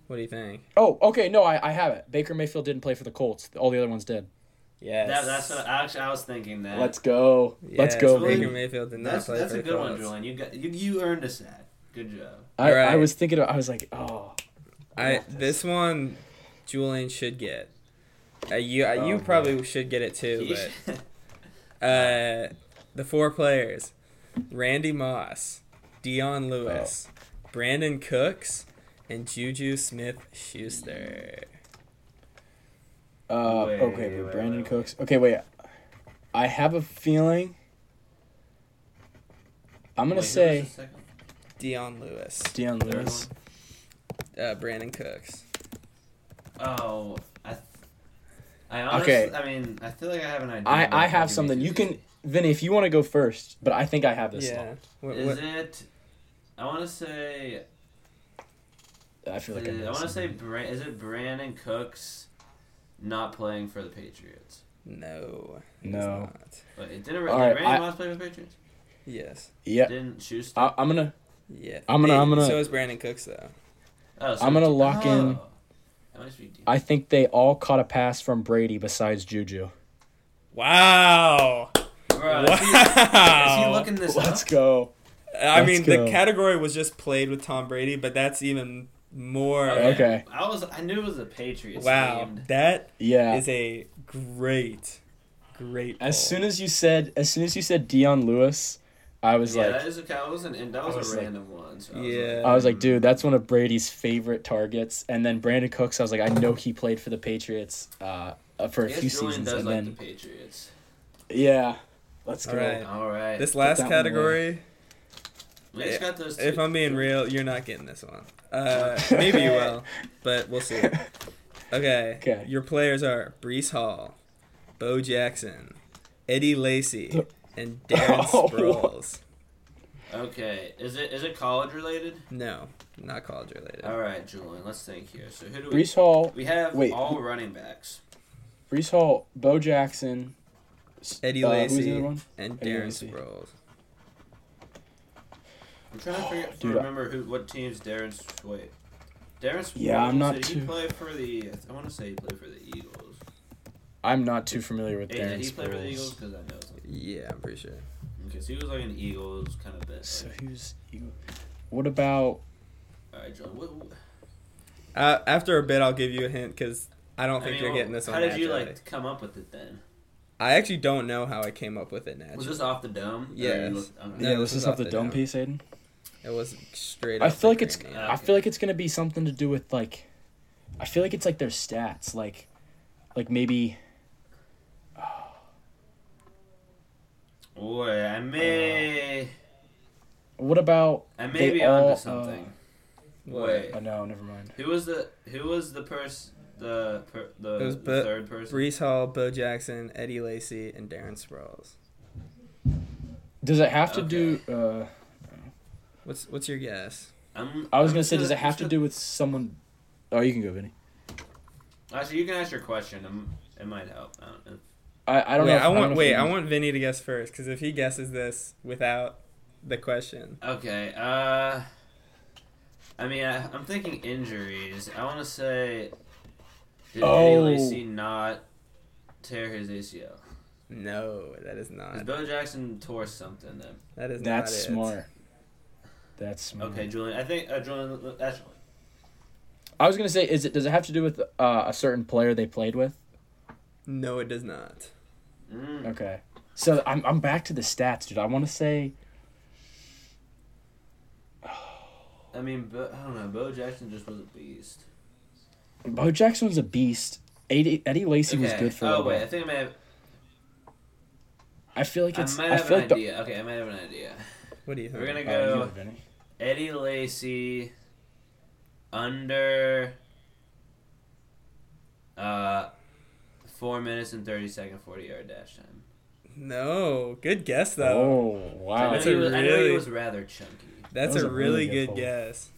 What do you think? Oh, okay. No, I, I have it. Baker Mayfield didn't play for the Colts. All the other ones did. Yes. That, that's what actually I was thinking that. Let's go. Let's Yes, go. Baker baby. Mayfield did not that's play that's for a the good one, Colts. Julian. You got you, you earned a sack. Good job. I, I Right. was thinking. About, I was like, oh. I this one, Julian should get. Uh, you uh, you Oh, boy. probably should get it too. Yeesh. But uh, the four players: Randy Moss, Dion Lewis, Oh. Brandon Cooks, and Juju Smith Schuster. Uh, Wait, okay, but wait, Brandon wait, wait. Cooks. Okay, wait. I have a feeling. I'm Wait, who gonna was say the second? Dion Lewis, Deion third Lewis. uh, Brandon Cooks. Oh, I. th- I honestly, Okay. I mean, I feel like I have an idea. but I I it could have be something. too You can easy. Vinny if you want to go first, but I think I have this. yeah. What, Is what, it? I want to say. locked. I feel like I, I know want to say. something. Bra- is it Brandon Cooks, not playing for the Patriots? no. it's No. not. But it didn't. All did right, Brandon I- Moss play for the Patriots? Yes. Yeah, Didn't Schuster? I, I'm gonna. Yeah. I'm gonna- They- I'm gonna- So is Brandon Cooks though. oh, I'm gonna lock in- oh. That must be I think they all caught a pass from Brady besides Juju. Wow. Bro, wow. is, he, is he looking this Let's up? go. I Let's mean, go. the category was just played with Tom Brady, but that's even more. Okay. I was. I knew it was the Patriots. Wow, named. that Yeah. is a great, great. As soon as you said, as soon as you said Dion Lewis, I was Yeah, like, that is a, that was an, that I was was a like- random one. So I was Yeah. I was like, hmm. dude, that's one of Brady's favorite targets. And then Brandon Cooks, I was like, I know he played for the Patriots uh, uh, for I a guess few Julian seasons, does and like then the Patriots. yeah, let's All go. right. All right. this last that one category, we just got those. if two- I'm being real, you're not getting this one. Uh, maybe you will, but we'll see. Okay. Okay. Your players are Brees Hall, Bo Jackson, Eddie Lacy, and Darren Oh, Sproles. Okay, is it is it college related? No, not college related. Uh, All right, Julian. Let's think here. So who do we? Brees Hall, We have Wait, all running backs. Brees Hall, Bo Jackson, s- Eddie uh, who's the Lacy other one? and Eddie Darren Lacy. Sproles. I'm trying to figure to Dude, I- remember who what teams Darren's wait. Darren's Yeah, I'm not did he too- play for the? I want to say he played for the Eagles. I'm not too familiar with Hey, Darren did he play for the Eagles? Sproles. Because I know something. Yeah, I'm pretty sure. Because he was like an Eagles kind of bit. So Like, who's you? What about? all right, Julian. What, what, Uh, after a bit, I'll give you a hint because I don't I think mean, you're well, getting this one. How did you naturally. like come up with it then? I actually don't know how I came up with it naturally. Was this off the dome? Or you Yes. looked- okay. No, yeah, this this is is off off the the dome dome. piece, Aiden. It was straight. I off feel the like it's. cranium. yeah. I feel like it's gonna be something to do with like. I feel like it's like their stats, like, like maybe. Boy, I Uh, may, What about? I may they be onto all, uh, something. What? Wait, Oh no, never mind. who was the who was the person the per, the, It was the Bu- third person? Brees Hall, Bo Jackson, Eddie Lacy, and Darren Sproles. Does it have to do? Uh, What's what's your guess? I'm, I was I'm gonna just say, does it have just to do with someone? Oh, you can go, Vinny. Actually, you can ask your question. I'm, it might help. I don't know. I, I don't wait, know. if- I want don't know if wait, we- I want Vinny to guess first because if he guesses this without the question, Okay. Uh, I mean, I, I'm thinking injuries. I want to say, did Oh. Eddie Lacy not tear his ACL? no, that is 'Cause not. Bo Jackson tore something then. That is That's not. smart. That's Mm-hmm. smart. Okay, Julian. I think uh, Julian. That's I was gonna say, is it? Does it have to do with uh, a certain player they played with? It. No, it does not. mm, Okay. So I'm I'm back to the stats, dude. I want to say I mean, Bo, I don't know. Bo Jackson just was a beast. Bo Jackson was a beast. Eddie, Eddie Lacy was good for a Oh little wait, I bit. think I may have. I feel like I it's. might I, have feel an like the. idea. Okay, I might have an idea. What do you think? We're gonna Oh, you go go, Vinny. Eddie Lacy under uh four minutes and thirty second forty yard dash time. No, good guess though. Oh I, wow! know That's he a was, I know he really- was rather chunky. That's That was a, a really, really good good call. guess.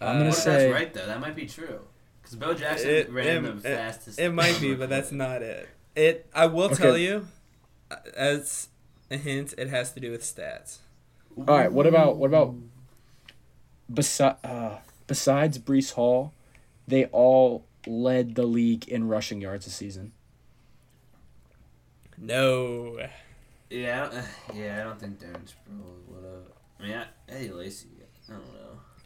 Uh, I'm What gonna if say- Uh, that's right though? That might be true. Because Bo Jackson It- ran it- the fastest. It might be, but that's not it. It. I will Okay. tell you, uh, as a hint, it has to do with stats. All right. What about what about? Besi- uh, besides Brees Hall, they all led the league in rushing yards this season. No. Yeah, I don't, yeah. I don't think Darren Sproles would have. I mean, I, Eddie Lacy. I don't know.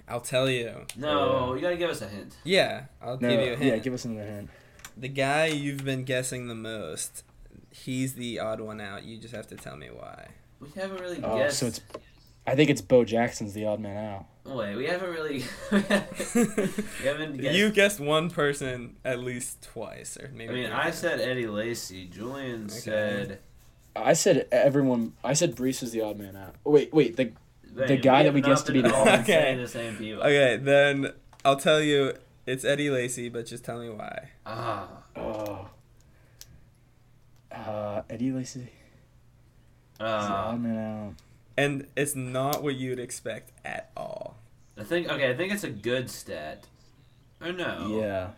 I'll tell you. No, you gotta give us a hint. Yeah, I'll No, give you a hint. yeah, give us another hint. the guy you've been guessing the most, he's the odd one out. You just have to tell me why. We haven't really Oh, guessed. so it's. I think it's Bo Jackson's the odd man out. Wait, we haven't really. we haven't guessed. You guessed one person at least twice, or I maybe. mean, three I times. said Eddie Lacy. Julian said I said everyone. I said Brees was the odd man out. Oh, wait, wait. The The Man, guy that have we not guessed to been be the- all Okay. saying the same people. Okay, then I'll tell you it's Eddie Lacy, but just tell me why. Ah, oh. Uh, Eddie Lacy. He's the uh, odd man out. And it's not what you'd expect at all. I think okay. I think it's a good stat. Or no? Yeah.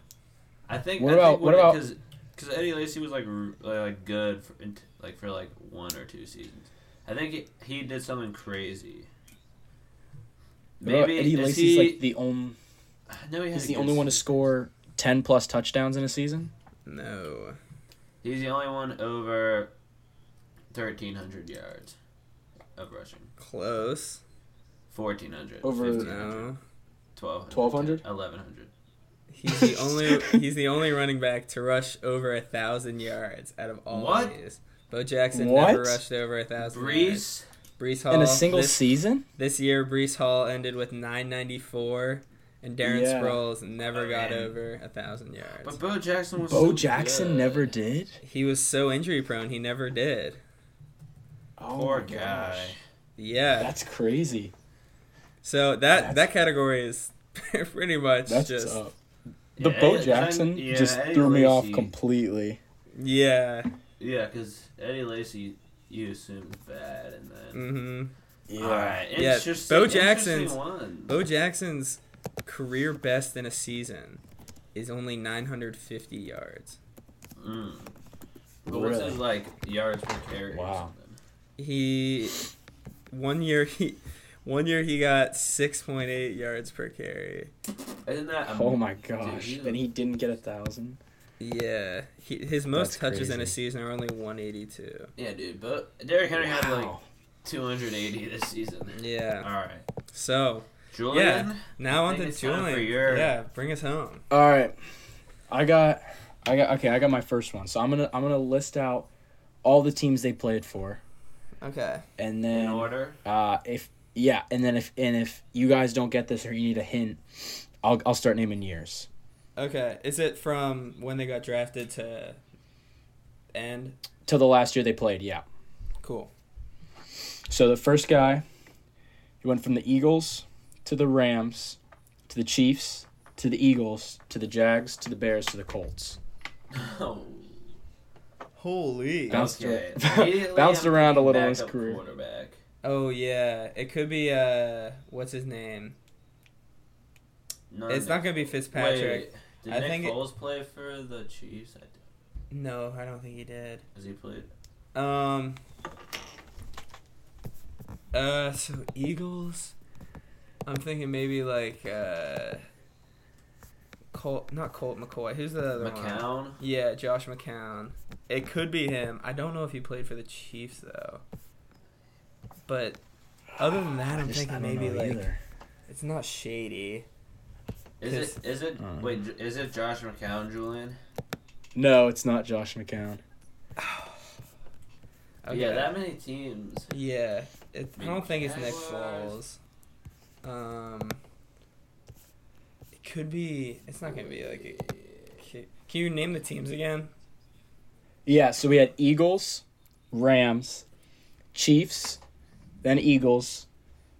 I think. What I about- think what about- Because because Eddie Lacy was like r- like, like good for int- like for like one or two seasons. I think he, he did something crazy. What about Maybe Eddie is Lacy's he, like the only. no, he had He's a the good only one to season. score ten plus touchdowns in a season. No. He's the only one over thirteen hundred yards of rushing. Close. 1400 Over- uh, 1500 No. 1200 1200? 1100 He's the only he's the only running back to rush over a thousand yards out of all What? these. Bo Jackson What? never rushed over a thousand. yards. Brees Brees Hall in a single Uh, this, season? this year. Brees Hall ended with nine ninety four, and Darren Yeah. Oh, Sproles never got Okay. over a thousand yards. but Bo Jackson was Bo so Jackson good. never did. He was so injury prone, he never did. Oh poor my guy Yeah. That's crazy. so that that's- that category is pretty much That's just up. The Yeah, Bo Eddie- Jackson yeah, just Eddie threw me off Lacy- completely. yeah. yeah because Eddie Lacy you assume bad and then Mm-hmm. Yeah. alright Yeah, interesting Bo interesting Jackson's- one. Bo Jackson's career best in a season is only 950 yards. mm. but what's Really? his like yards per carry or Wow. something? He one year he one year he got 6.8 yards per carry. isn't that a- Oh my dude, gosh. he's a- Then he didn't get a thousand. Yeah, he, his most That's touches in a crazy. season are only 182. yeah dude but Derrick Henry had like Wow. 280 this season Yeah. alright So, Julian now I on think to it's time for Julian. your- Yeah, bring us home. All right. I got I got okay, I got my first one. So I'm going to I'm going to list out all the teams they played for Okay. and in then order uh if yeah, and then if and if you guys don't get this or you need a hint, I'll I'll start naming years. Okay, is it from when they got drafted to end? Till the last year they played, yeah. Cool. So the first guy, he went from the Eagles to the Rams to the Chiefs to the Eagles to the Jags to the Bears to the Colts. oh Holy. Bounced Okay. ar- Immediately bounced I'm around a thinking little in his backup career. Quarterback. Oh yeah, it could be uh, what's his name? No, It's not gonna be Fitzpatrick. Wait, did I Nick think it- Foles play for the Chiefs? I d- No, I don't think he did. Has he played? Um. Uh, so Eagles. I'm thinking maybe like uh. Colt, not Colt McCoy. Who's the other one? McCown. Yeah, Josh McCown. It could be him. I don't know if he played for the Chiefs though. But other than that, I'm thinking maybe like it's not shady. Is it? Is it? Mm. Wait, J- is it Josh McCown, Julian? No, it's not Josh McCown. Yeah, that many teams. Yeah, it, I Maybe don't think it's Nick Jaguars. Foles. Um, it could be. It's not gonna be like. A, can can you name the teams again? Yeah, so we had Eagles, Rams, Chiefs, then Eagles,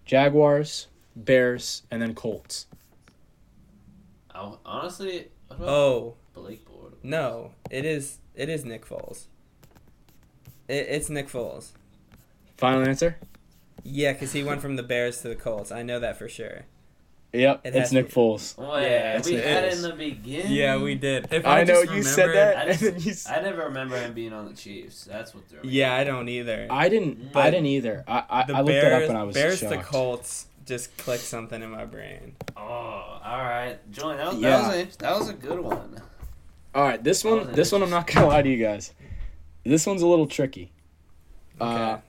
Jaguars, Bears, and then Colts. I, honestly, what about Oh Blake Bortles? no, it is. It is Nick Foles. It, it's Nick Foles. Final answer? Yeah, because he went from the Bears to the Colts. I know that for sure. Yep, It has it's to Nick be. Foles. Wait, Yeah, it's we Nick had Foles. it in the beginning. Yeah, we did. If I, know just you said remembered- that, I and just- then you s- I never remember him being on the Chiefs. That's what they're. Yeah, I don't either. I didn't. But I didn't either. I I, the I looked Bears, that up when I was Bears to shocked. Colts just clicked something in my brain. Oh, all right, Julian. That was, Yeah. that, was a, that was a good one. All right, this Oh, one. that This one, I'm not gonna lie to you guys. This one's a little tricky. Uh, Okay.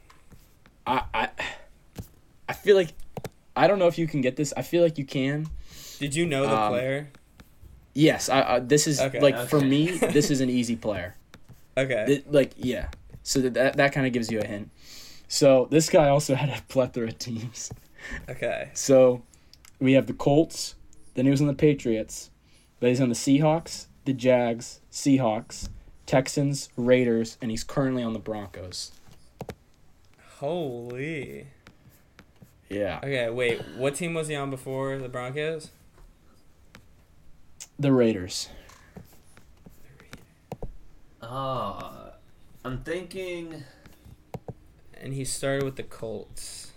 I I I feel like I don't know if you can get this. I feel like you can. Did you know the um, player? Yes, I, I this is Okay, like for okay. me. This is an easy player. Okay. Th- like yeah. So that that, that kind of gives you a hint. So this guy also had a plethora of teams. okay. So we have the Colts, then he was on the Patriots, then he's on the Seahawks, the Jags, Seahawks, Texans, Raiders, and he's currently on the Broncos. Holy. Yeah. Okay, wait. What team was he on before the Broncos? The Raiders. Oh, I'm thinking. And he started with the Colts.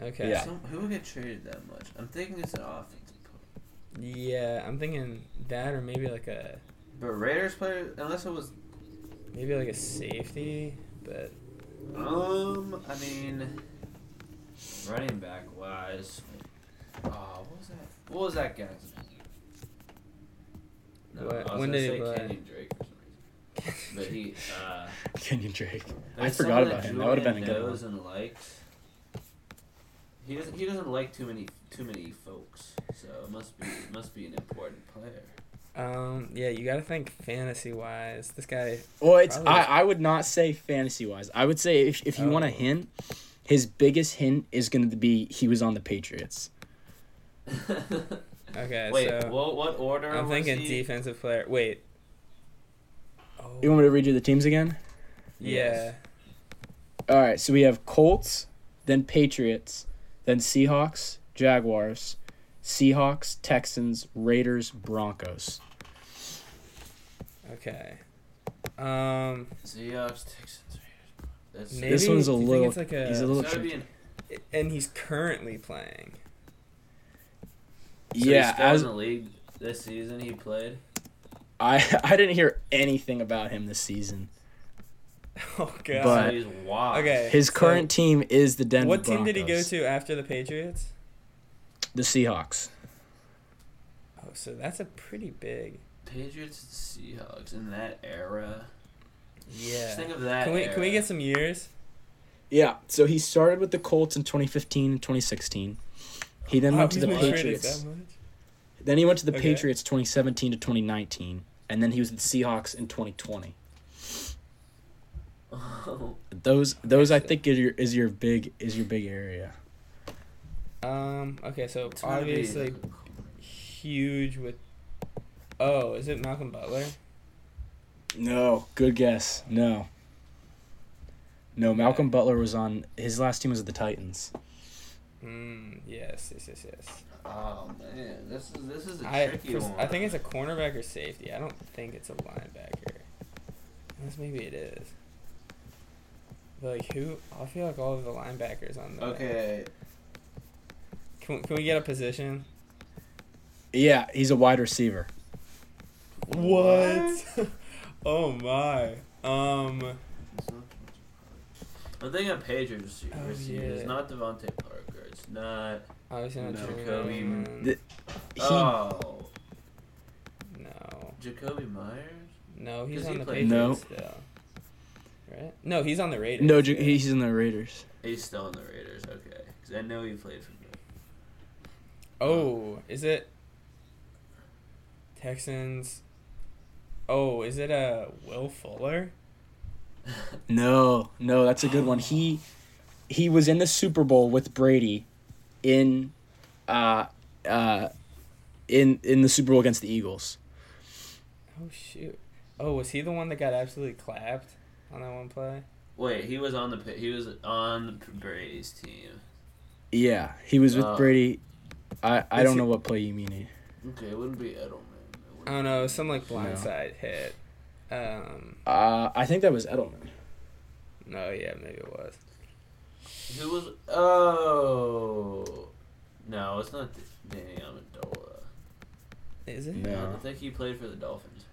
Okay. Yeah. Some, who would get traded that much? I'm thinking it's an offensive player. Yeah, I'm thinking that or maybe like a But Raiders player, unless it was. maybe like a safety, but Um, I mean. Running back wise. Oh, what was that? What was that guy's name? No, What- I when was gonna did he say play? Kenyon Drake for some reason. But he. Uh, Kenyon Drake. I There's forgot someone about him. That Julian would've been a good knows and likes. He doesn't. He doesn't like too many too many folks. So it must be it must be an important player. um yeah, you got to think fantasy wise. This guy Well, it's Probably. I, I would not say fantasy wise. I would say if, if you want a Oh. hint, his biggest hint is going to be he was on the Patriots. Okay, Wait, so what what order? I'm was thinking he? defensive player. Wait. Oh. You want me to redo the teams again? yeah. Yes. All right, so we have Colts, then Patriots, then Seahawks, Jaguars, Seahawks, Texans, Raiders, Broncos. Okay. Um Seahawks, Texans. Raiders. That's Maybe- this one's a do you think little. it's like a- he's a little it's gotta tricky. be an, so and he's currently playing. yeah, he's still as in the league this season he played. I I didn't hear anything about him this season. Oh god. But- so he's wild. Okay. His so current team is the Denver. What team did he go Broncos. to after the Patriots? The Seahawks. Oh, so that's a pretty big. Patriots, and Seahawks in that era. Just Yeah. think of that. Can we era. can we get some years? Yeah, so he started with the Colts in 2015 and 2016. He then Wow, went to he's the been traded Patriots. that much? Then he went to the Okay. Patriots 2017 to 2019, and then he was with the Seahawks in 2020. Those those I think is your is your big is your big area. Um. Okay. So It's gonna be- obviously huge with. Oh, is it Malcolm Butler? No, good guess. No. No, Malcolm Butler was on his last team was the Titans. Hmm. Yes. Yes. Yes. Yes. Oh man, this is this is a I tricky pers- one. I think it's a cornerback or safety. I don't think it's a linebacker. Unless maybe it is. But like who? I feel like all of the linebackers on the. okay. Can we, can we get a position? Yeah, he's a wide receiver. What? oh my. Um. I'm thinking of Patriots Oh, receivers. yeah. It's not Devontae Parker. It's not. Obviously not No, Trevor Kobe. Lawrence. The- He Oh, No. Jacoby Myers. No, he's Does on he the play- Patriots No. still. Right? No, he's on the Raiders. no, still. ju- he's in the Raiders. He's still in the Raiders. Okay, because I know he played for me. Oh, is it Texans? Oh, is it uh Will Fuller? No, no, that's a good one. He he was in the Super Bowl with Brady in uh uh in in the Super Bowl against the Eagles. Oh shoot. Oh, was he the one that got absolutely clapped on that one play? Wait, he was on the Pa- he was on Brady's team. Yeah, he was with Oh. Brady. I I Is don't he- know what play you mean. Okay, it wouldn't be Edelman. It I wouldn't don't know, some like No. blindside hit. Um, Uh I think that was Edelman. no, yeah, maybe it was. be- Who was? Oh, no, it's not Danny Amendola. Is it? No. I think he played for the Dolphins.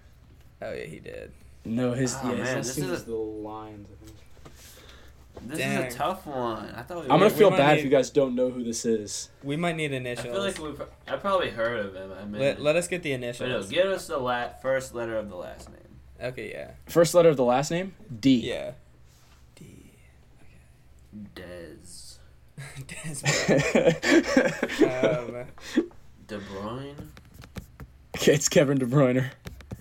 Oh yeah, he did. No, his Oh, yeah, his man, last this team is was a- the Lions. I think. This Dang. is a tough one. I thought we I'm were- gonna we feel might bad need- if you guys don't know who this is. We might need I initials. feel like we. pro- I probably heard of him. I mean, let, let us get the but no, initials. give us the la- first letter of the last name. Okay, yeah. First letter of the last name D. Yeah. Dez Des Bryant. um, De Bruyne. Okay, it's Kevin De Bruyne.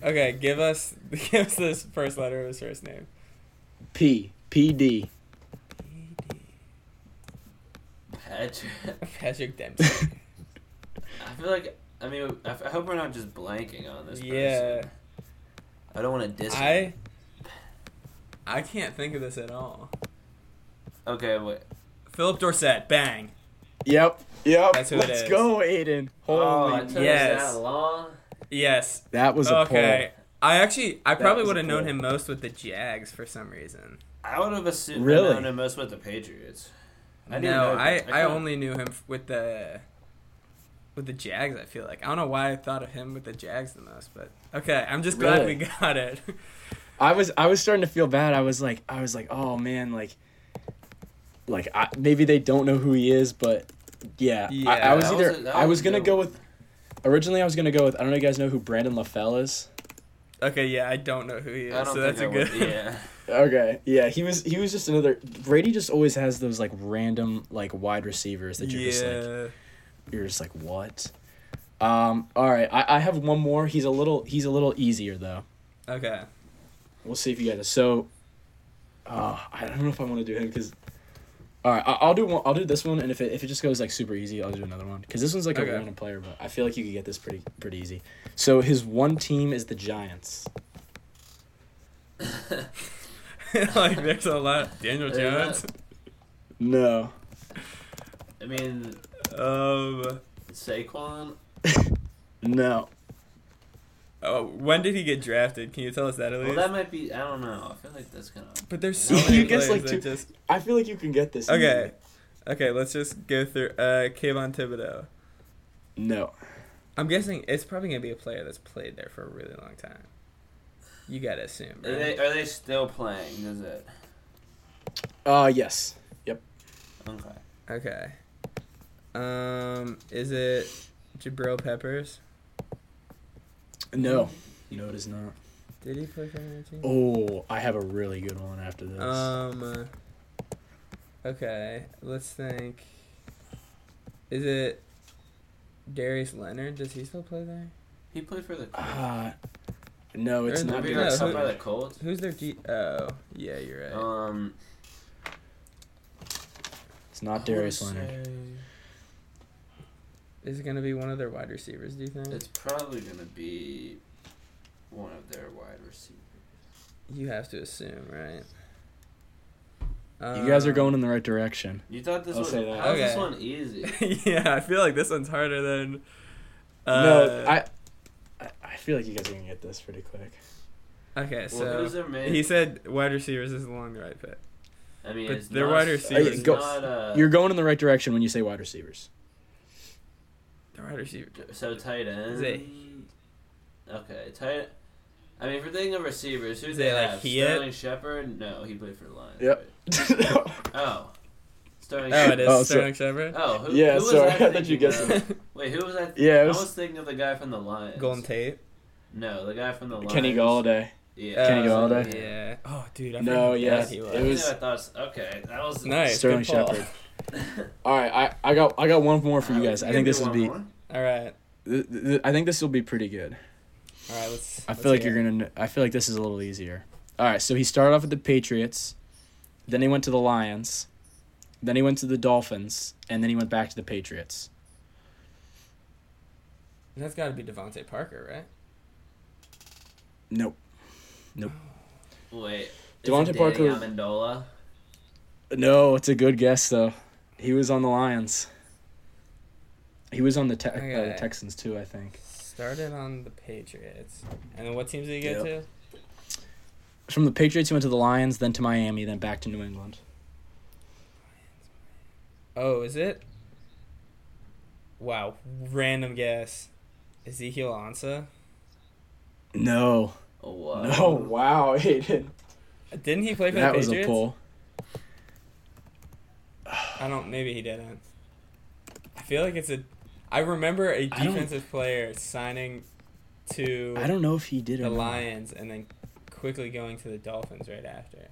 okay, give us give us this first letter of his first name. P P D. Patrick. Patrick Dempsey. I feel like. I mean, I, f- I hope we're not just blanking on this. yeah. Person. I don't want to diss. I I can't think of this at all. Okay, wait. Philip Dorset, bang. Yep. Yep. That's who it Let's is. go, Aiden. Holy. oh, it took us yes. that long. Yes. that was a okay. I actually, I probably was a would have known pull. him most with the Jags for some reason. I would have assumed Really? known him most with the Patriots. I didn't no, know I, that. I, could've- only knew him f- with the with the Jags. I feel like I don't know why I thought of him with the Jags the most, but okay, I'm just glad Really? we got it. poll. I was I was starting to feel bad. I was like I was like, oh man, like like I, maybe they don't know who he is, but yeah. Yeah, I, I was that either was a- that I was was a gonna good go one. with originally I was gonna go with I don't know if you guys know who Brandon LaFell is. okay, yeah, I don't know who he is, I don't so think that's a I good. would- Yeah. Okay. Yeah, he was he was just another Brady just always has those like random like wide receivers that you're just like yeah. you're just like what um all right I, I have one more he's a little he's a little easier though Okay. we'll see if you get it so uh i don't know if i want to do him because all right I, i'll do one i'll do this one and if it, if it just goes like super easy i'll do another one because this one's like Okay. a random player but i feel like you could get this pretty pretty easy so his one team is the giants like there's a lot. Daniel There's a lot. Jones. no I mean, Um. Saquon. no Oh, when did he get drafted? Can you tell us that at Well, least? that might be. I don't know. I feel like that's gonna. but there's so You many guess, players like, that two- just i feel like you can get this okay. easily. Okay, let's just go through. Uh, Kayvon Thibodeau. no I'm guessing it's probably gonna be a player that's played there for a really long time. You gotta assume. Are they Right? are they still playing? Is it uh yes okay? Okay. Um, is it Jabril Peppers? no no it is not Did he play for another team? oh i have a really good one after this Um. uh, Okay, let's think. Is it Darius Leonard? Does he still play there? He played for the. Uh, no, it's Or not. Maybe no, like who- some by Darius the Colts. Who's their G? Oh, yeah, you're right. Um, It's Oh, not Darius Leonard. Is it gonna be one of their wide receivers? Do you think? It's probably gonna be one of their wide receivers. you have to assume, right? You guys are Um, going in the right direction. You thought this I'll was say that. how's this Okay. one easy? yeah, I feel like this one's harder than. uh, no, I, I, I feel like you guys are gonna get this pretty quick. I. Okay, well, so who's their main? he said wide receivers is along the right fit. I mean, but it's their not, wide it's receivers- Go- not, uh, You're going in the right direction when you say wide receivers. The wide receiver. so tight end. Zay. Okay, tight. I mean, if we're thinking of receivers, who's Zay, they like, have? he it? Sterling Shepard? No, he played for the Lions. Yep. right? no. Oh, Sterling. Oh, it is Oh, so- Sterling Shepard. Oh, who, Yeah, who was sorry, I I thought thinking you guessed of? it. Wait, who was I? Th- Yeah, it I was- was thinking of the guy from the Lions. Golden Tate. No, the guy from the Lions. Kenny Galladay. Yeah. Kenny Oh, Galladay. Yeah. Oh, dude. I No, forgot how bad yes, He it was. I knew was- I thought. Okay, that was nice. Sterling good call. Shepard. All right, I, I got I got one more for you guys. I think this will be. All right. th- th- I think this will be pretty good. All right. Let's. I let's feel like hear you're it. gonna. kn- I feel like this is a little easier. All right, so he started off with the Patriots, then he went to the Lions, then he went to the Dolphins, and then he went back to the Patriots. That's got to be Devonte Parker, right? Nope. Wait. is Devontae it Danny Parker- Amendola. No, it's a good guess though. He was on the Lions. He was on the, te- uh, Okay. the Texans too, I think. Started on the Patriots, and then what teams did he get to? From the Patriots, he went to the Lions, then to Miami, then back to New England. Oh, is it? Wow. Random guess. Ezekiel Ansa. No. Oh, wow. No. Wow, Aiden. Didn't he play for That the was a Patriots? pull. I don't. Maybe he didn't. I feel like it's a. I remember a I don't- defensive player signing to I don't know if he did or the not. Lions and then quickly going to the Dolphins right after.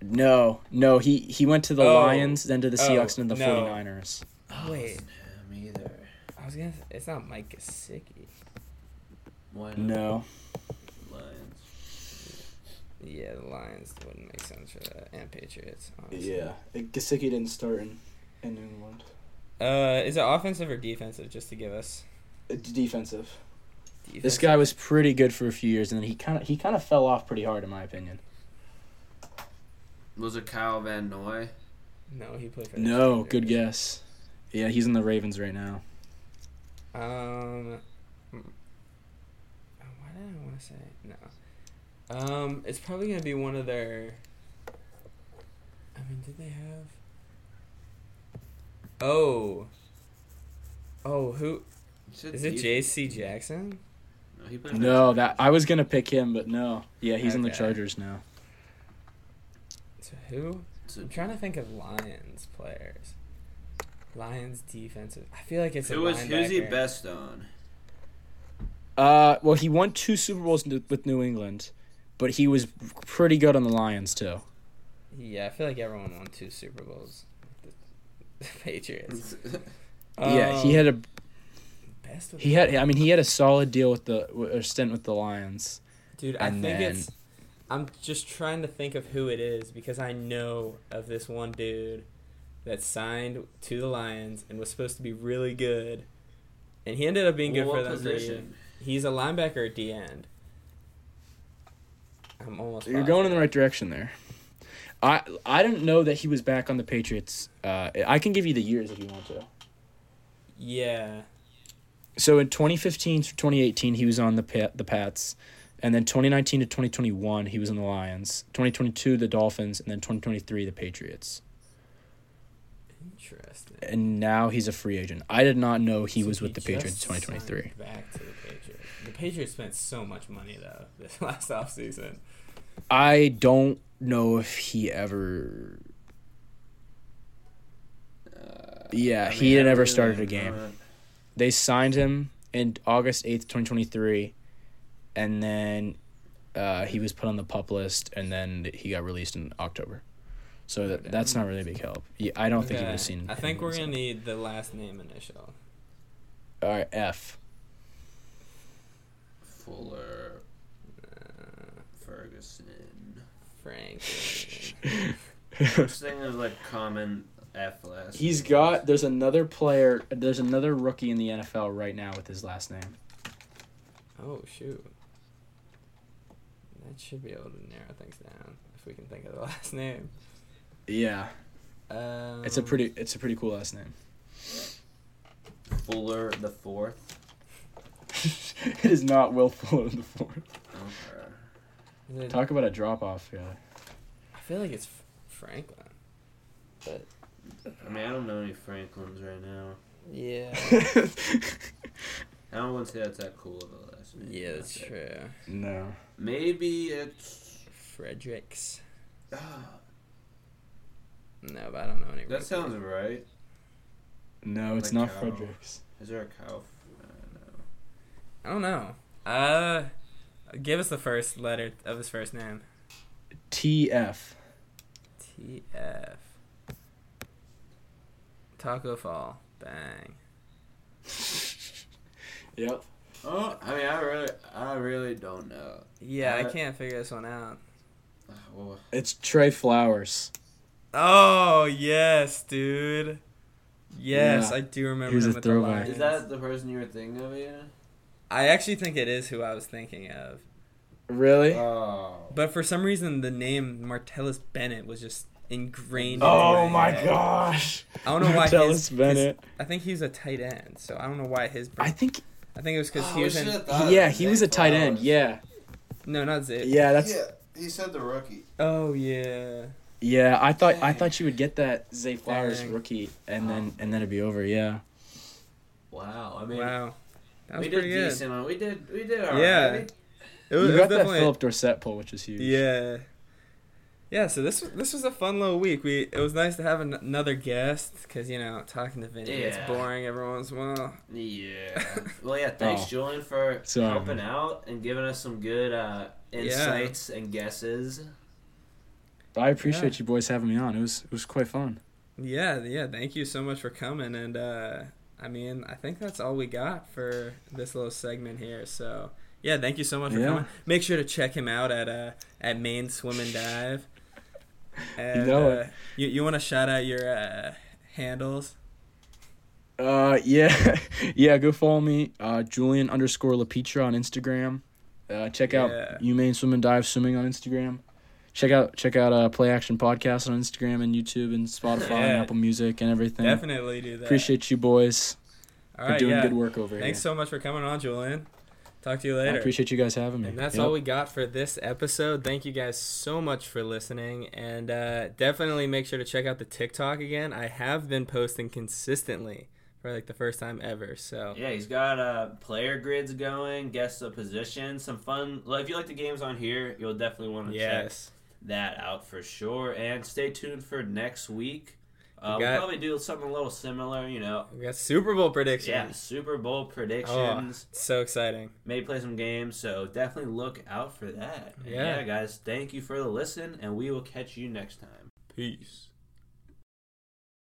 No, no, he he went to the Oh. Lions, then to the Oh, Seahawks, and then the no. 49ers. Wait. Him either. I was gonna. It's not Mike Gesicki. Why not No. Lions? Yeah, the Lions wouldn't make sense for that, and Patriots. Honestly. Yeah, Gasicki didn't start in, in New England. Uh, is it offensive or defensive? Just to give us. Uh, defensive. Defensive. This guy was pretty good for a few years, and then he kind of he kind of fell off pretty hard, in my opinion. Was it Kyle Van Noy? No, he played for. the No, Commanders. good guess. Yeah, he's in the Ravens right now. Um, mm. Oh, why did I want to say no? Um, it's probably gonna be one of their. I mean, did they have? Oh. Oh, who is it? J.C. Jackson. No, he played for- No, that I was gonna pick him, but no. Yeah, he's in the Okay. Chargers now. So who? It's a- I'm trying to think of Lions players. Lions defensive. I feel like it's a Who was who's he linebacker. best on? Uh, well, he won two Super Bowls n- with New England, but he was pretty good on the Lions too. Yeah, I feel like everyone won two Super Bowls. with The the Patriots. yeah, he Um, had a best with he had. I mean, he had a solid deal with the or stint with the Lions. Dude, I And think then- it's. I'm just trying to think of who it is because I know of this one dude that signed to the Lions and was supposed to be really good, and he ended up being good Well, for them. what for a year. position? He's a linebacker at the end. I'm almost. You're going in the positive. right direction there. I I didn't know that he was back on the Patriots. Uh, I can give you the years if you want to. Yeah. So in 2015 to 2018, he was on the pa- the Pats, and then 2019 to 2021, he was on the Lions. 2022, the Dolphins, and then 2023, the Patriots. Interesting. And now he's a free agent. I did not know he So was with the just Patriots in signed 2023. Back to the Patriots. The Patriots spent so much money though this last offseason. I don't know if he ever. yeah, Uh, I he mean, I had never really started a don't game. know. They signed him in August 8th, 2023, and then uh, he was put on the pup list, and then he got released in October. So that, that's not really a big help. Yeah, I don't think he would Okay, have seen. I think him we're as- gonna need the last name initial. All right, F. Fuller Uh, Ferguson. Frank. First thing is like common F last. He's name. got. There's another player. There's another rookie in the NFL right now with his last name. oh shoot. That should be able to narrow things down if we can think of the last name. Yeah, Um, it's a pretty. It's a pretty cool last name. Fuller the fourth. it is not Will Fuller in the fourth. Okay. is it- Talk about a drop off. Yeah. I feel like it's F- Franklin. But I mean, I don't know any Franklins right now. yeah, I don't want to say that's that cool of a last name. yeah, that's Okay. true. no. Maybe it's. Fredericks. ah, No, but I don't know any. that sounds right. No, it's Like not Kyle. Fredericks. Is there a cow? I don't know. I don't know. Uh, give us the first letter of his first name. T F. TF. Taco Fall. Bang. Yep. Oh, I mean, I really, I really don't know. Yeah, I Uh, can't figure this one out. Ah, Well, It's Trey Flowers. Oh yes, dude. Yes, Yeah. I do remember Here's him a with throwback. the is Lions. that the person you were thinking of? Yeah. I actually think it is who I was thinking of. Really? Oh. But for some reason the name Martellus Bennett was just ingrained oh into my head. gosh. I don't know why Martellus his, 'cause Bennett. I think he was a tight end, so I don't know why his brain, I I, think. think it was cuz Oh, he we was in should've thought yeah, of he Zay was a tight end. Flowers. Yeah. No, not Zip. Yeah, that's. Yeah. he said the rookie. Oh yeah. I thought I Dang. thought you would get that Zay Flowers Dang. rookie, and then and then it'd be over. Yeah. Wow, I mean, Wow. That was we did pretty good. decent. On, we did, we did alright. Yeah. We- It You was, it was got that definitely Philip Dorsett pull, which is huge. Yeah. Yeah, so this this was a fun little week. We it was nice to have an, another guest because you know talking to Vinny it's Yeah. boring every once in a while. Yeah. Well, yeah. Thanks, Oh. Julian, for Sorry, um, helping man. out and giving us some good uh, insights and guesses. I appreciate you boys having me on. It was it was quite fun. Yeah, yeah. Thank you so much for coming, and uh, I mean I think that's all we got for this little segment here. So yeah, thank you so much for Yeah. coming. Make sure to check him out at uh at Maine Swim and Dive. And, know uh, you you want to shout out your uh, handles? Uh, yeah, yeah. Go follow me, uh, Julian underscore Lapitra on Instagram. Uh, check Yeah. out You Main Swim and Dive Swimming on Instagram. check out check out uh, Play Action Podcast on Instagram and YouTube and Spotify and Yeah. Apple Music and everything. Definitely do that. Appreciate you boys All for right, doing yeah. good work over Thanks here. so much for coming on, Julian. Talk to you I later. appreciate you guys having me. And that's Yep. all we got for this episode. Thank you guys so much for listening. And uh, definitely make sure to check out the TikTok again. I have been posting consistently for like the first time ever. So Yeah, he's got uh, player grids going, guess the position, some fun. Well, if you like the games on here, you'll definitely want to check yes. that out for sure. And stay tuned for next week. Uh, We got- we'll probably do something a little similar, you know. We got Super Bowl Yeah, predictions. Super Bowl Oh, predictions. so exciting. May play some games, so definitely look out for that. And Yeah. yeah, guys, thank you for the listen, and we will catch you next time. Peace.